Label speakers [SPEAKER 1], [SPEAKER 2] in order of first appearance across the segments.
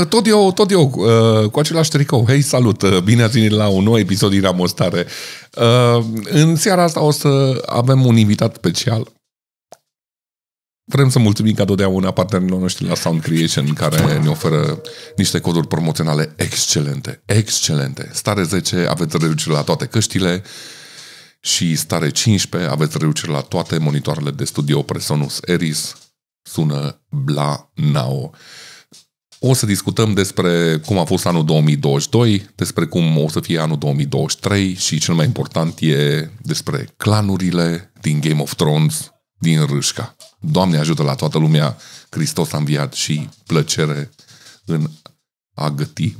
[SPEAKER 1] Uh, Tot eu, tot eu, uh, cu același tricou. Hei, salut! uh, Bine ați venit la un nou episod din Ramostare. Uh, În seara asta o să avem un invitat special. Vrem să mulțumim ca totdeauna partenerilor noștri la Sound Creation care ne oferă niște coduri promoționale excelente, excelente. Stare 10 aveți reducere la toate căștile și stare 15 aveți reducere la toate monitoarele de studio Presonus Eris. Sună Bla Nao. O să discutăm despre cum a fost anul 2022, despre cum o să fie anul 2023 și cel mai important e despre clanurile din Game of Thrones din Râșca. Doamne ajută la toată lumea, Hristos a înviat și plăcere în a găti.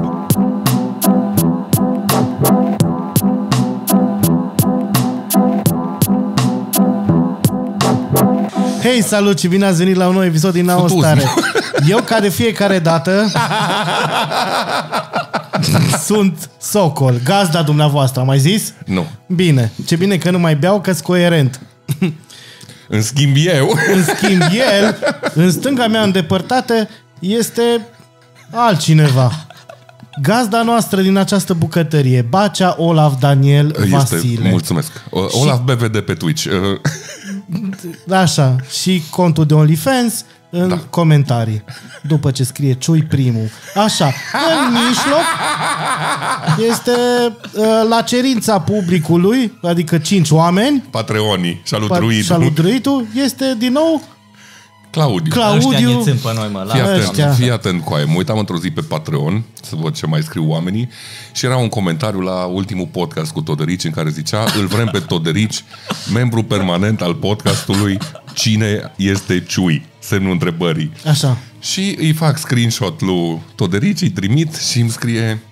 [SPEAKER 2] Hei, salut și bine ați venit la un nou episod din Nao
[SPEAKER 1] Futus,
[SPEAKER 2] Stare. Eu, ca de fiecare dată, sunt Socol, gazda dumneavoastră, am mai zis?
[SPEAKER 1] nu.
[SPEAKER 2] Bine, ce bine că nu mai beau, că coerent.
[SPEAKER 1] În schimb eu,
[SPEAKER 2] În schimb, el, în stânga mea îndepărtată, este altcineva. Gazda noastră din această bucătărie, Bacea Olaf Daniel
[SPEAKER 1] este,
[SPEAKER 2] Vasile.
[SPEAKER 1] mulțumesc. O- Olaf BVD pe Twitch. Uh,
[SPEAKER 2] Da, Așa, și contul de OnlyFans în da. comentarii. După ce scrie Ciui primul. Așa, în mijloc este uh, la cerința publicului, adică 5 oameni,
[SPEAKER 1] Patreonii. Salut, Druid.
[SPEAKER 2] și al lui Druidu, este din nou
[SPEAKER 1] Claudiu.
[SPEAKER 3] Ăștia
[SPEAKER 2] Claudiu.
[SPEAKER 3] ne țin pe noi, mă,
[SPEAKER 1] Fii
[SPEAKER 3] la
[SPEAKER 1] atent,
[SPEAKER 2] ăștia.
[SPEAKER 1] fii atent cu aia. Mă uitam într-o zi pe Patreon să văd ce mai scriu oamenii și era un comentariu la ultimul podcast cu Toderici în care zicea îl vrem pe Toderici, membru permanent al podcastului Cine este Ciui? Semnul întrebării.
[SPEAKER 2] Așa.
[SPEAKER 1] Și îi fac screenshot lui Toderici, îi trimit și îmi scrie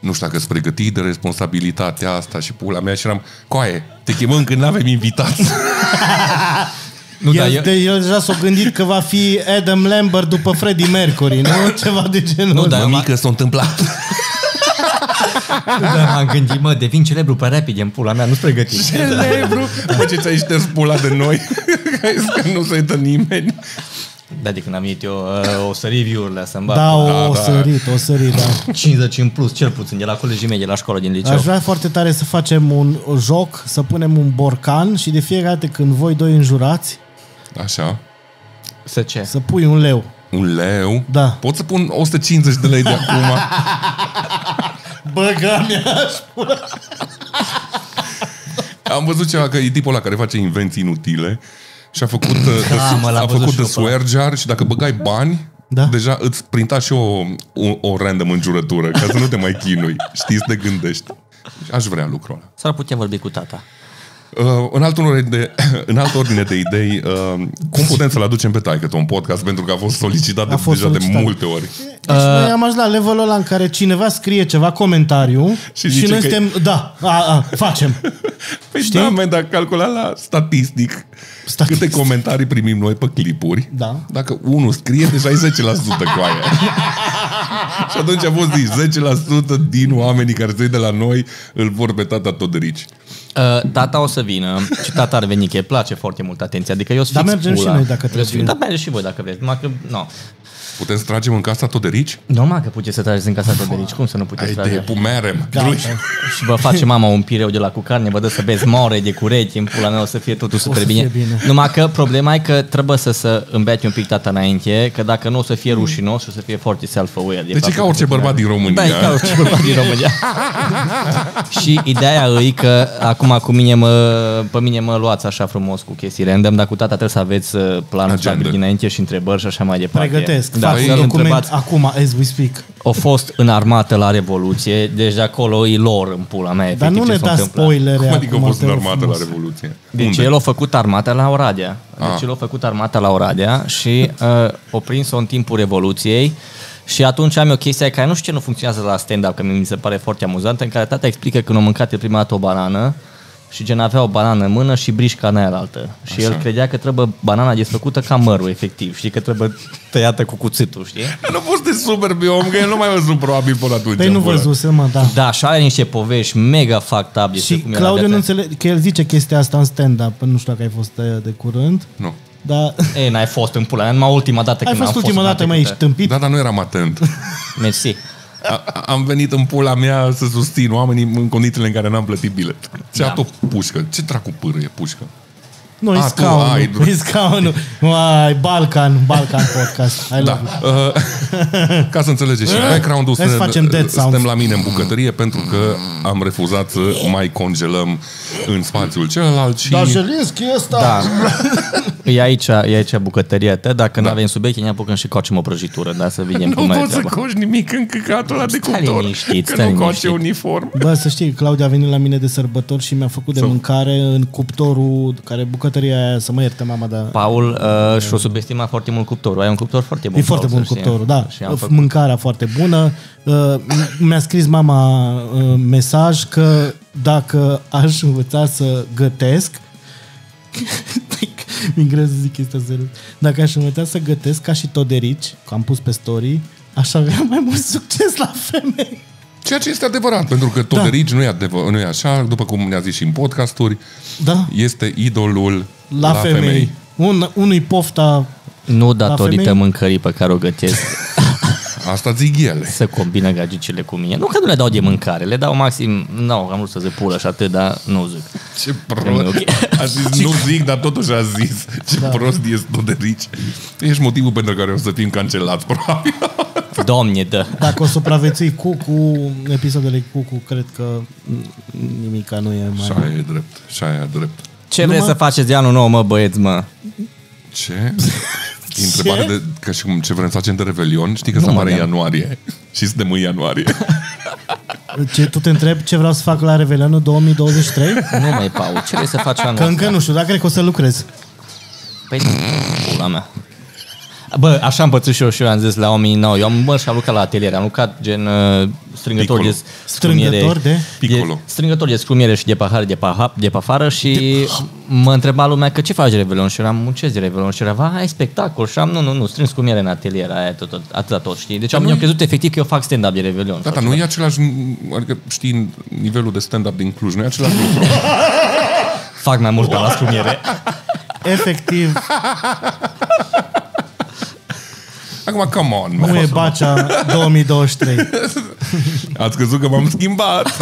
[SPEAKER 1] nu știu dacă îți pregăti de responsabilitatea asta și pula mea și eram coaie, te chemăm când n-avem invitați.
[SPEAKER 3] Nu, da,
[SPEAKER 2] el,
[SPEAKER 3] dar
[SPEAKER 2] eu...
[SPEAKER 3] eu,
[SPEAKER 2] de, el deja s-a gândit că va fi Adam Lambert după Freddie Mercury, nu? Ceva de genul.
[SPEAKER 3] Nu, da, dar-
[SPEAKER 1] Mămică, s-a întâmplat.
[SPEAKER 3] da, m-am gândit, mă, devin celebru pe repede în pula mea, nu-ți pregăti.
[SPEAKER 1] Celebru! După ce ți-ai șters pula de noi, că ai zis că nu se uită nimeni.
[SPEAKER 3] Da, de când am ieșit eu, uh, o să review-urile astea îmi bag.
[SPEAKER 2] da, o,
[SPEAKER 1] Da,
[SPEAKER 2] o
[SPEAKER 1] da.
[SPEAKER 2] sărit, o sărit, da.
[SPEAKER 3] 50 în plus, cel puțin, de la colegii mei, de la școală din liceu.
[SPEAKER 2] Aș vrea foarte tare să facem un joc, să punem un borcan și de fiecare dată când voi doi înjurați,
[SPEAKER 1] Așa.
[SPEAKER 3] Să ce?
[SPEAKER 2] să pui un leu.
[SPEAKER 1] Un leu.
[SPEAKER 2] Da.
[SPEAKER 1] Pot să pun 150 de lei de acum.
[SPEAKER 2] Băga mea!
[SPEAKER 1] Am văzut ceva că e tipul ăla care face invenții inutile și a făcut,
[SPEAKER 3] Da,
[SPEAKER 1] da,
[SPEAKER 3] mă, l-am
[SPEAKER 1] a
[SPEAKER 3] văzut
[SPEAKER 1] făcut
[SPEAKER 3] și
[SPEAKER 1] de
[SPEAKER 3] eu pe ăla.
[SPEAKER 1] swear jar și dacă băgai bani,
[SPEAKER 2] Da.
[SPEAKER 1] deja îți printa și o, o, o random înjurătură ca să nu te mai chinui. Știi, să te gândești. Aș vrea lucrul ăla.
[SPEAKER 3] S-ar putea vorbi cu tata.
[SPEAKER 1] Uh, în, altă ordine de, în altă ordine de idei, uh, cum putem să-l aducem pe taică un podcast? Pentru că a fost solicitat,
[SPEAKER 2] A
[SPEAKER 1] de,
[SPEAKER 2] fost
[SPEAKER 1] deja
[SPEAKER 2] solicitat.
[SPEAKER 1] de multe ori.
[SPEAKER 2] Deci
[SPEAKER 3] Uh,
[SPEAKER 2] noi am ajuns la levelul ăla în care cineva scrie ceva comentariu și, și
[SPEAKER 1] zice
[SPEAKER 2] noi
[SPEAKER 1] că-
[SPEAKER 2] suntem, da, a, a, facem.
[SPEAKER 1] Păi Știi? da, men, dacă calcula la statistic, statistic
[SPEAKER 2] Statistic.
[SPEAKER 1] câte comentarii primim noi pe clipuri,
[SPEAKER 2] Da.
[SPEAKER 1] dacă unul scrie, deja ai 10% cu aia. și atunci a fost zis, 10% din oamenii care se uită la noi îl vor pe tata Todorici.
[SPEAKER 3] Uh, tata o să vină și tata ar veni, că îi place foarte mult atenția. Adică eu
[SPEAKER 2] Dar
[SPEAKER 3] sfix
[SPEAKER 2] mergem și
[SPEAKER 3] pula.
[SPEAKER 2] noi dacă
[SPEAKER 3] Eu
[SPEAKER 2] trebuie.
[SPEAKER 3] sfix- Dar mergeți și voi dacă vreți. Numai că, nu.
[SPEAKER 1] Putem să tragem în casa Todorici?
[SPEAKER 3] Normal că puteți să trageți în casa ta de aici. Cum să nu puteți
[SPEAKER 1] Ai
[SPEAKER 3] trage?
[SPEAKER 1] de pumerem.
[SPEAKER 2] Da,
[SPEAKER 1] Drui.
[SPEAKER 3] Și vă face mama un pireu de la cu carne, vă dă să bezi more de curete, în pula mea o să fie totul super
[SPEAKER 2] să
[SPEAKER 3] bine.
[SPEAKER 2] fie bine.
[SPEAKER 3] Numai că problema e că trebuie să, să îmbeti un pic tata înainte, că dacă nu o să fie
[SPEAKER 2] Mm.
[SPEAKER 3] rușinos, o să fie foarte self-aware.
[SPEAKER 1] Deci e ca orice bărbat din România.
[SPEAKER 3] Da, e ca orice bărbat din România. și ideea e că acum cu mine mă, pe mine mă luați așa frumos cu chestii random, dar cu tata trebuie să aveți uh, planul
[SPEAKER 1] Agenda. Păi,
[SPEAKER 3] stabilit dinainte și întrebări și așa mai departe.
[SPEAKER 2] Pregătesc,
[SPEAKER 3] Da,
[SPEAKER 2] fac
[SPEAKER 3] să
[SPEAKER 2] un document
[SPEAKER 3] întrebați
[SPEAKER 2] acum, as we speak.
[SPEAKER 3] au fost în armată la Revoluție, deci de acolo e lor în pula
[SPEAKER 2] Dar
[SPEAKER 3] mea. efectiv,
[SPEAKER 2] nu
[SPEAKER 3] ce
[SPEAKER 2] ne
[SPEAKER 3] s-a
[SPEAKER 2] da
[SPEAKER 3] întâmplat.
[SPEAKER 2] spoilere
[SPEAKER 1] Cum adică a
[SPEAKER 2] acum,
[SPEAKER 1] fost
[SPEAKER 2] te
[SPEAKER 1] în
[SPEAKER 2] rog
[SPEAKER 1] armată la
[SPEAKER 2] frumos.
[SPEAKER 1] Revoluție?
[SPEAKER 3] Deci el a făcut armata la Oradea. Deci el a făcut armata la Oradea și uh, o prins-o în timpul Revoluției. Și atunci am eu chestia care nu știu ce nu funcționează la stand-up, că mi se pare foarte amuzantă, în care tata explică că când a mâncat el prima dată o banană, și gen avea o banană în mână și brișca în aia la altă. Și el credea că trebuie banana desfăcută ca mărul, efectiv. Știi că trebuie tăiată cu cuțitul, știi?
[SPEAKER 1] Nu poți de superb om, că el nu mai văzut probabil până atunci.
[SPEAKER 2] Păi nu
[SPEAKER 1] pula.
[SPEAKER 2] văzuse, mă, da.
[SPEAKER 3] Da, și are niște povești mega fucked up despre
[SPEAKER 2] Și
[SPEAKER 3] cum era de-a
[SPEAKER 2] Claudiu nu
[SPEAKER 3] ta.
[SPEAKER 2] înțelege, că el zice chestia asta în stand-up, păi nu știu dacă ai fost uh, de, de curând,
[SPEAKER 1] Nu.
[SPEAKER 2] dar
[SPEAKER 3] Ei, n-ai fost în pula mea, numai ultima dată
[SPEAKER 2] ai
[SPEAKER 3] când
[SPEAKER 2] fost
[SPEAKER 3] am
[SPEAKER 2] ultima
[SPEAKER 3] fost,
[SPEAKER 2] dată, mai ești tâmpit.
[SPEAKER 1] Da, dar nu eram atent.
[SPEAKER 3] Mersi.
[SPEAKER 1] A- am venit în pula mea să susțin oamenii în condițiile în care n-am plătit bilet. Ce da.
[SPEAKER 3] Da.
[SPEAKER 1] a tot pușcă. Ce dracu pârâie e pușcă?
[SPEAKER 2] Nu,
[SPEAKER 1] A,
[SPEAKER 2] e
[SPEAKER 1] tu, ai,
[SPEAKER 2] scaunul,
[SPEAKER 1] du-
[SPEAKER 2] e scaunul. Mai, Balcan, Balcan podcast. Ai
[SPEAKER 1] Da.
[SPEAKER 2] da.
[SPEAKER 1] Uh, ca să înțelegeți și background-ul,
[SPEAKER 2] Hai să
[SPEAKER 1] suntem-
[SPEAKER 2] facem dead sounds.
[SPEAKER 1] suntem la mine în bucătărie pentru că am refuzat să mai congelăm în spațiul celălalt și...
[SPEAKER 2] Jelinski ăsta!
[SPEAKER 3] Da. E aici, e aici bucătăria ta, dacă da. nu avem subiecte, ne apucăm și cocem o prăjitură, da, să vedem cum
[SPEAKER 1] Nu
[SPEAKER 3] mai
[SPEAKER 1] poți să
[SPEAKER 3] treaba.
[SPEAKER 1] coci nimic în căcatul ăla de
[SPEAKER 3] Stai
[SPEAKER 1] cuptor.
[SPEAKER 3] liniștit,
[SPEAKER 1] Că
[SPEAKER 3] stai
[SPEAKER 1] nu coace
[SPEAKER 3] liniștit.
[SPEAKER 1] uniform.
[SPEAKER 2] Bă, să știi, Claudia a venit la mine de sărbători și mi-a făcut de mâncare în cuptorul, care bucătăria aia, să mă ierte mama, dar...
[SPEAKER 3] Paul uh, și-o subestima foarte mult cuptorul. Ai un cuptor foarte bun.
[SPEAKER 2] E foarte
[SPEAKER 3] Paul,
[SPEAKER 2] bun
[SPEAKER 3] să știi.
[SPEAKER 2] cuptorul, da.
[SPEAKER 3] Și am făcut...
[SPEAKER 2] Mâncarea foarte bună. Uh, Mi-a scris mama uh, mesaj că dacă aș învăța să gătesc, mi greu să zic chestia serios. Dacă aș învăța să gătesc ca și Toderici, că am pus pe story, aș avea mai mult succes la femei.
[SPEAKER 1] Ceea ce este adevărat, pentru că Toderici nu, e adevă- nu e așa, după cum ne-a zis și în podcasturi,
[SPEAKER 2] Da,
[SPEAKER 1] este idolul
[SPEAKER 2] la, la femei. femei. Un, unui pofta
[SPEAKER 3] Nu datorită
[SPEAKER 2] femei?
[SPEAKER 3] mâncării pe care o gătesc
[SPEAKER 1] Asta zic ele.
[SPEAKER 3] să combină gagicile cu mine. Nu că nu le dau de mâncare, le dau maxim, nu, am vrut să zic pulă și atât, dar nu zic.
[SPEAKER 1] Ce prost. A zis, nu zic, dar totuși a zis. Ce da. prost ești tu de rici. Ești motivul pentru care o să fim cancelați, probabil.
[SPEAKER 3] Doamne, da.
[SPEAKER 2] Dacă o supraviețui cu, cu episoadele cu, cu cred că n- nimica nu e mai...
[SPEAKER 1] Și aia e drept. Și aia e drept.
[SPEAKER 3] Ce vreți să faceți de anul nou, mă, băieți, mă?
[SPEAKER 1] Ce? E întrebare de, ca și cum ce vrem să facem de Revelion, știi că se apare în ianuarie. Și suntem în ianuarie.
[SPEAKER 2] Ce, tu te întrebi ce vreau să fac la Revelionul 2023?
[SPEAKER 3] Nu mai, Paul, ce vrei să faci anul
[SPEAKER 2] Că încă nu știu, dar cred că o să lucrez.
[SPEAKER 3] Păi, pula mea. Bă, așa am pățit și eu și eu am zis la oamenii nou. Eu am mers și am lucrat la atelier, am lucrat gen uh, strângător
[SPEAKER 1] Piccolo.
[SPEAKER 3] de scrumiere.
[SPEAKER 2] Strângător de?
[SPEAKER 1] Piccolo.
[SPEAKER 3] strângător de scrumiere și de pahar, de, paha, de pafară și mă întreba lumea că ce faci de Revelion și eram muncesc de Revelion și era, ai spectacol și am, nu, nu, nu, strâng scrumiere în atelier, aia e tot, tot, atâta tot, știi? Deci am, eu am crezut efectiv că eu fac stand-up de Revelion.
[SPEAKER 2] Da,
[SPEAKER 1] Gata, Da, nu e același, adică știi nivelul de stand-up din Cluj, nu e același lucru.
[SPEAKER 3] Fac mai mult pe la scrumiere.
[SPEAKER 2] Efectiv,
[SPEAKER 1] Acum, come on,
[SPEAKER 2] nu
[SPEAKER 1] man.
[SPEAKER 2] e Bacea 2023.
[SPEAKER 1] Ați crezut că m-am schimbat.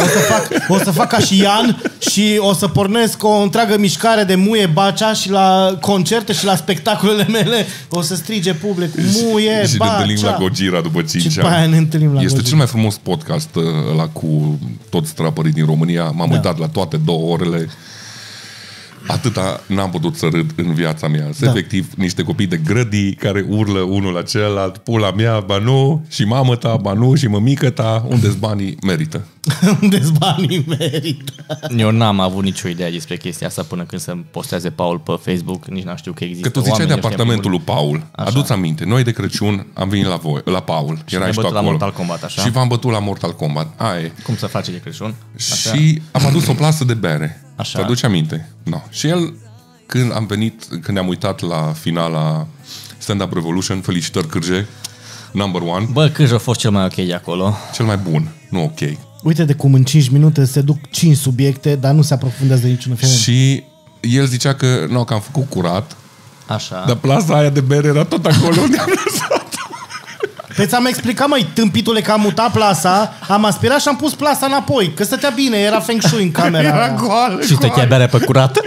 [SPEAKER 2] O să fac ca și Ian și o să pornesc o întreagă mișcare de muie Bacea și la concerte și la spectacolele mele o să strige publicul muie
[SPEAKER 1] și ne întâlnim la
[SPEAKER 2] Bacea.
[SPEAKER 1] Gojira după 5
[SPEAKER 2] Și după
[SPEAKER 1] ani.
[SPEAKER 2] aia ne întâlnim la
[SPEAKER 1] Este
[SPEAKER 2] Gojira.
[SPEAKER 1] cel mai frumos podcast uh, la cu toți strapării din România. M-am da. uitat la toate două orele. Atâta n-am putut să râd în viața mea. Sunt da.
[SPEAKER 2] Da.
[SPEAKER 1] efectiv niște copii de grădii care urlă unul la celălalt, pula mea, ba nu, și mamă ta, ba nu, și mămică ta, unde banii merită.
[SPEAKER 2] Unde-s banii merită.
[SPEAKER 3] Eu n-am avut nicio idee despre chestia asta până când se postează Paul pe Facebook, nici n-am știut că există
[SPEAKER 1] Că tu ziceai de
[SPEAKER 3] oamenii ăștia în
[SPEAKER 1] apartamentul lui Paul. Așa. Adu-ți aminte, noi de Crăciun am venit la voi, la Paul. Și
[SPEAKER 3] ne-ai
[SPEAKER 1] Erai și tu
[SPEAKER 3] bătut la
[SPEAKER 1] acolo.
[SPEAKER 3] Mortal Kombat, așa?
[SPEAKER 1] Și v-am bătut la Mortal Kombat. Aia e.
[SPEAKER 3] Cum să face de Crăciun? Așa.
[SPEAKER 1] Și am adus o plasă de bere.
[SPEAKER 3] Așa.
[SPEAKER 1] Te aduce aminte? No. Și el, când am venit, când ne-am uitat la finala Stand Up Revolution, felicitări Cârje, number one,
[SPEAKER 3] Bă, Câj a fost cel mai ok de acolo.
[SPEAKER 1] cel mai bun, nu ok.
[SPEAKER 2] Uite de cum în 5 minute se duc 5 subiecte, dar nu se aprofundează niciunul final.
[SPEAKER 1] Și el zicea că, no, că am făcut curat,
[SPEAKER 3] Așa.
[SPEAKER 1] dar plasa aia de bere era tot acolo unde am lăsat.
[SPEAKER 2] Păi ți-am explicat, măi, tâmpitule, că am mutat plasa, am aspirat și am pus plasa înapoi, că stătea bine, era feng shui în camera.
[SPEAKER 1] Era
[SPEAKER 2] aia.
[SPEAKER 1] goală.
[SPEAKER 3] Da. și te
[SPEAKER 1] goală.
[SPEAKER 3] chiar bere pe curat?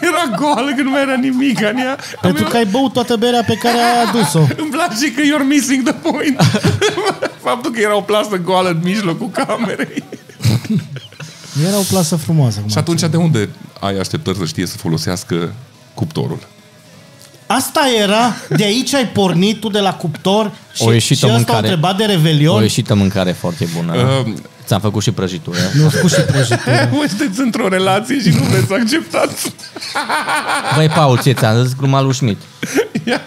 [SPEAKER 1] Era goală când nu mai era nimic în ea.
[SPEAKER 2] Pentru că ai băut toată berea pe care ai adus-o.
[SPEAKER 1] Îmi place că you're missing the point. Faptul că era o plasă goală în mijlocul camerei.
[SPEAKER 2] Era o plasă frumoasă. Cum
[SPEAKER 1] Și atunci de unde ai așteptări să știe să folosească cuptorul?
[SPEAKER 2] Asta era, de aici ai pornit tu de la cuptor și,
[SPEAKER 3] O ieșit
[SPEAKER 2] și
[SPEAKER 3] om în
[SPEAKER 2] ăsta o
[SPEAKER 3] care-
[SPEAKER 2] întrebat de Revelion.
[SPEAKER 3] O ieșită mâncare foarte bună.
[SPEAKER 1] Uh.
[SPEAKER 3] Ți-am făcut și prăjitură.
[SPEAKER 2] Nu am spus și prăjitură.
[SPEAKER 1] Voi sunteți într-o relație și nu vreți să acceptați.
[SPEAKER 3] Băi, Paul, ție ți-am zis gluma lui Schmidt.
[SPEAKER 1] Iar,